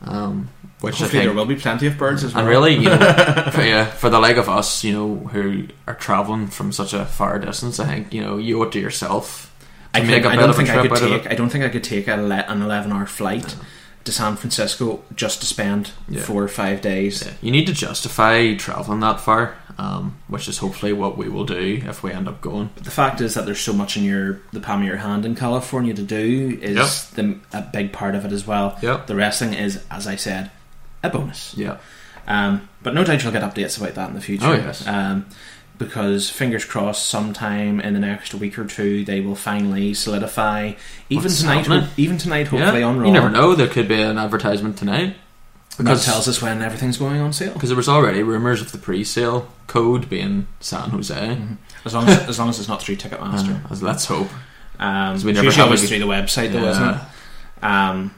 Speaker 7: Really, um, which
Speaker 6: Hopefully
Speaker 7: I
Speaker 6: there
Speaker 7: think
Speaker 6: will be plenty of birds as well.
Speaker 7: And really, you know, for, yeah, for the like of us, you know, who are traveling from such a far distance, I think you know you owe it to yourself
Speaker 6: I,
Speaker 7: to make
Speaker 6: think,
Speaker 7: a
Speaker 6: I
Speaker 7: bit
Speaker 6: don't
Speaker 7: of a
Speaker 6: think
Speaker 7: trip
Speaker 6: I could
Speaker 7: out of
Speaker 6: take.
Speaker 7: it.
Speaker 6: I don't think I could take a le- an eleven-hour flight to San Francisco just to spend
Speaker 7: Yeah.
Speaker 6: four or five days.
Speaker 7: You need to justify traveling that far, um, which is hopefully what we will do if we end up going.
Speaker 6: But the fact is that there's so much in your the palm of your hand in California to do is the, a big part of it as well.
Speaker 7: Yep.
Speaker 6: The wrestling is, as I said, a bonus.
Speaker 7: Yeah,
Speaker 6: Um, but no doubt you'll get updates about that in the future.
Speaker 7: Oh, yes.
Speaker 6: Um, because fingers crossed, sometime in the next week or two, they will finally solidify. Even
Speaker 7: What's
Speaker 6: tonight,
Speaker 7: happening?
Speaker 6: ho- even tonight, hopefully
Speaker 7: yeah.
Speaker 6: on Raw.
Speaker 7: You never know; there could be an advertisement tonight
Speaker 6: That
Speaker 7: because
Speaker 6: tells us when everything's going on sale.
Speaker 7: because there was already rumors of the pre-sale code being San Jose.
Speaker 6: As long as, as long as it's not through Ticketmaster.
Speaker 7: Uh, let's hope. Uh,
Speaker 6: Um,
Speaker 7: we
Speaker 6: it's
Speaker 7: never
Speaker 6: usually
Speaker 7: have
Speaker 6: always
Speaker 7: a-
Speaker 6: through the website, though, isn't
Speaker 7: Yeah.
Speaker 6: it? Um,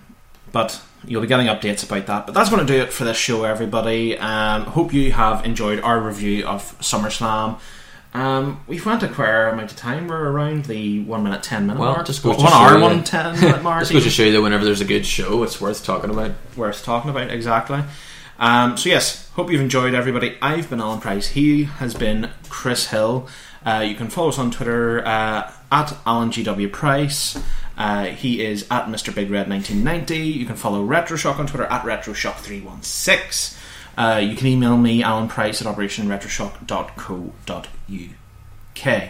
Speaker 6: but you'll be getting updates about that. But that's going to do it for this show, everybody. Um, hope you have enjoyed our review of SummerSlam. Um, we've went a queer amount of time. We're around the one minute ten minute
Speaker 7: Well,
Speaker 6: mark.
Speaker 7: just goes
Speaker 6: one
Speaker 7: to show
Speaker 6: hour
Speaker 7: you-
Speaker 6: one ten minute mark.
Speaker 7: This goes to show you that whenever there's a good show, it's worth talking about.
Speaker 6: worth talking about exactly. Um, so yes, hope you've enjoyed everybody. I've been Alan Price. He has been Chris Hill. Uh, you can follow us on Twitter uh, at Alan GW Price. Uh, he is at Mr Big Red 1990. You can follow RetroShock on Twitter at RetroShock316. Uh, you can email me Alan Price at OperationRetroShock.co.uk.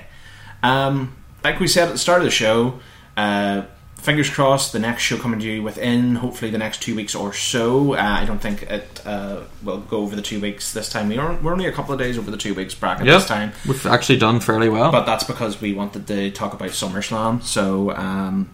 Speaker 6: Um, like we said at the start of the show, uh, fingers crossed, the next show coming to you within hopefully the next two weeks or so. Uh, I don't think it uh, will go over the two weeks this time. We are, we're only a couple of days over the two weeks bracket this time,
Speaker 7: We've actually done fairly well.
Speaker 6: but that's because we wanted to talk about SummerSlam. So, um,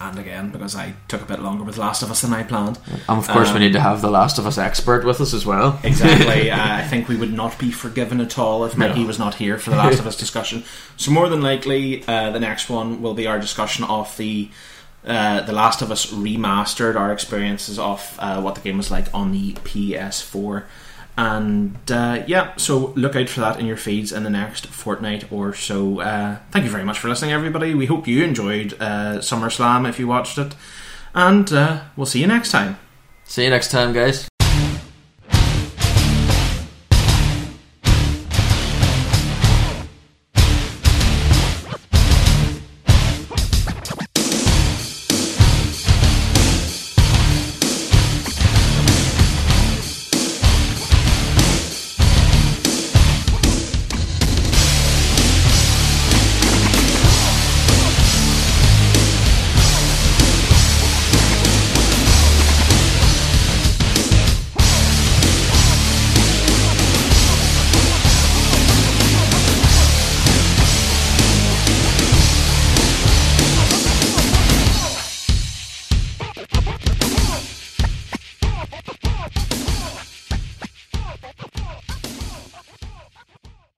Speaker 6: and again, because I took a bit longer with Last of Us than I planned.
Speaker 7: and of course, we need to have the Last of Us expert with us as well.
Speaker 6: Exactly. uh, I think we would not be forgiven at all if Mickey was not here for the Last of Us discussion. So more than likely, uh, the next one will be our discussion of the uh, the Last of Us remastered, our experiences of uh, what the game was like on the PS4. And uh, yeah, so look out for that in your feeds in the next fortnight or so. Uh, thank you very much for listening, everybody. We hope you enjoyed uh, SummerSlam if you watched it. And uh, we'll see you next time.
Speaker 7: See you next time, guys.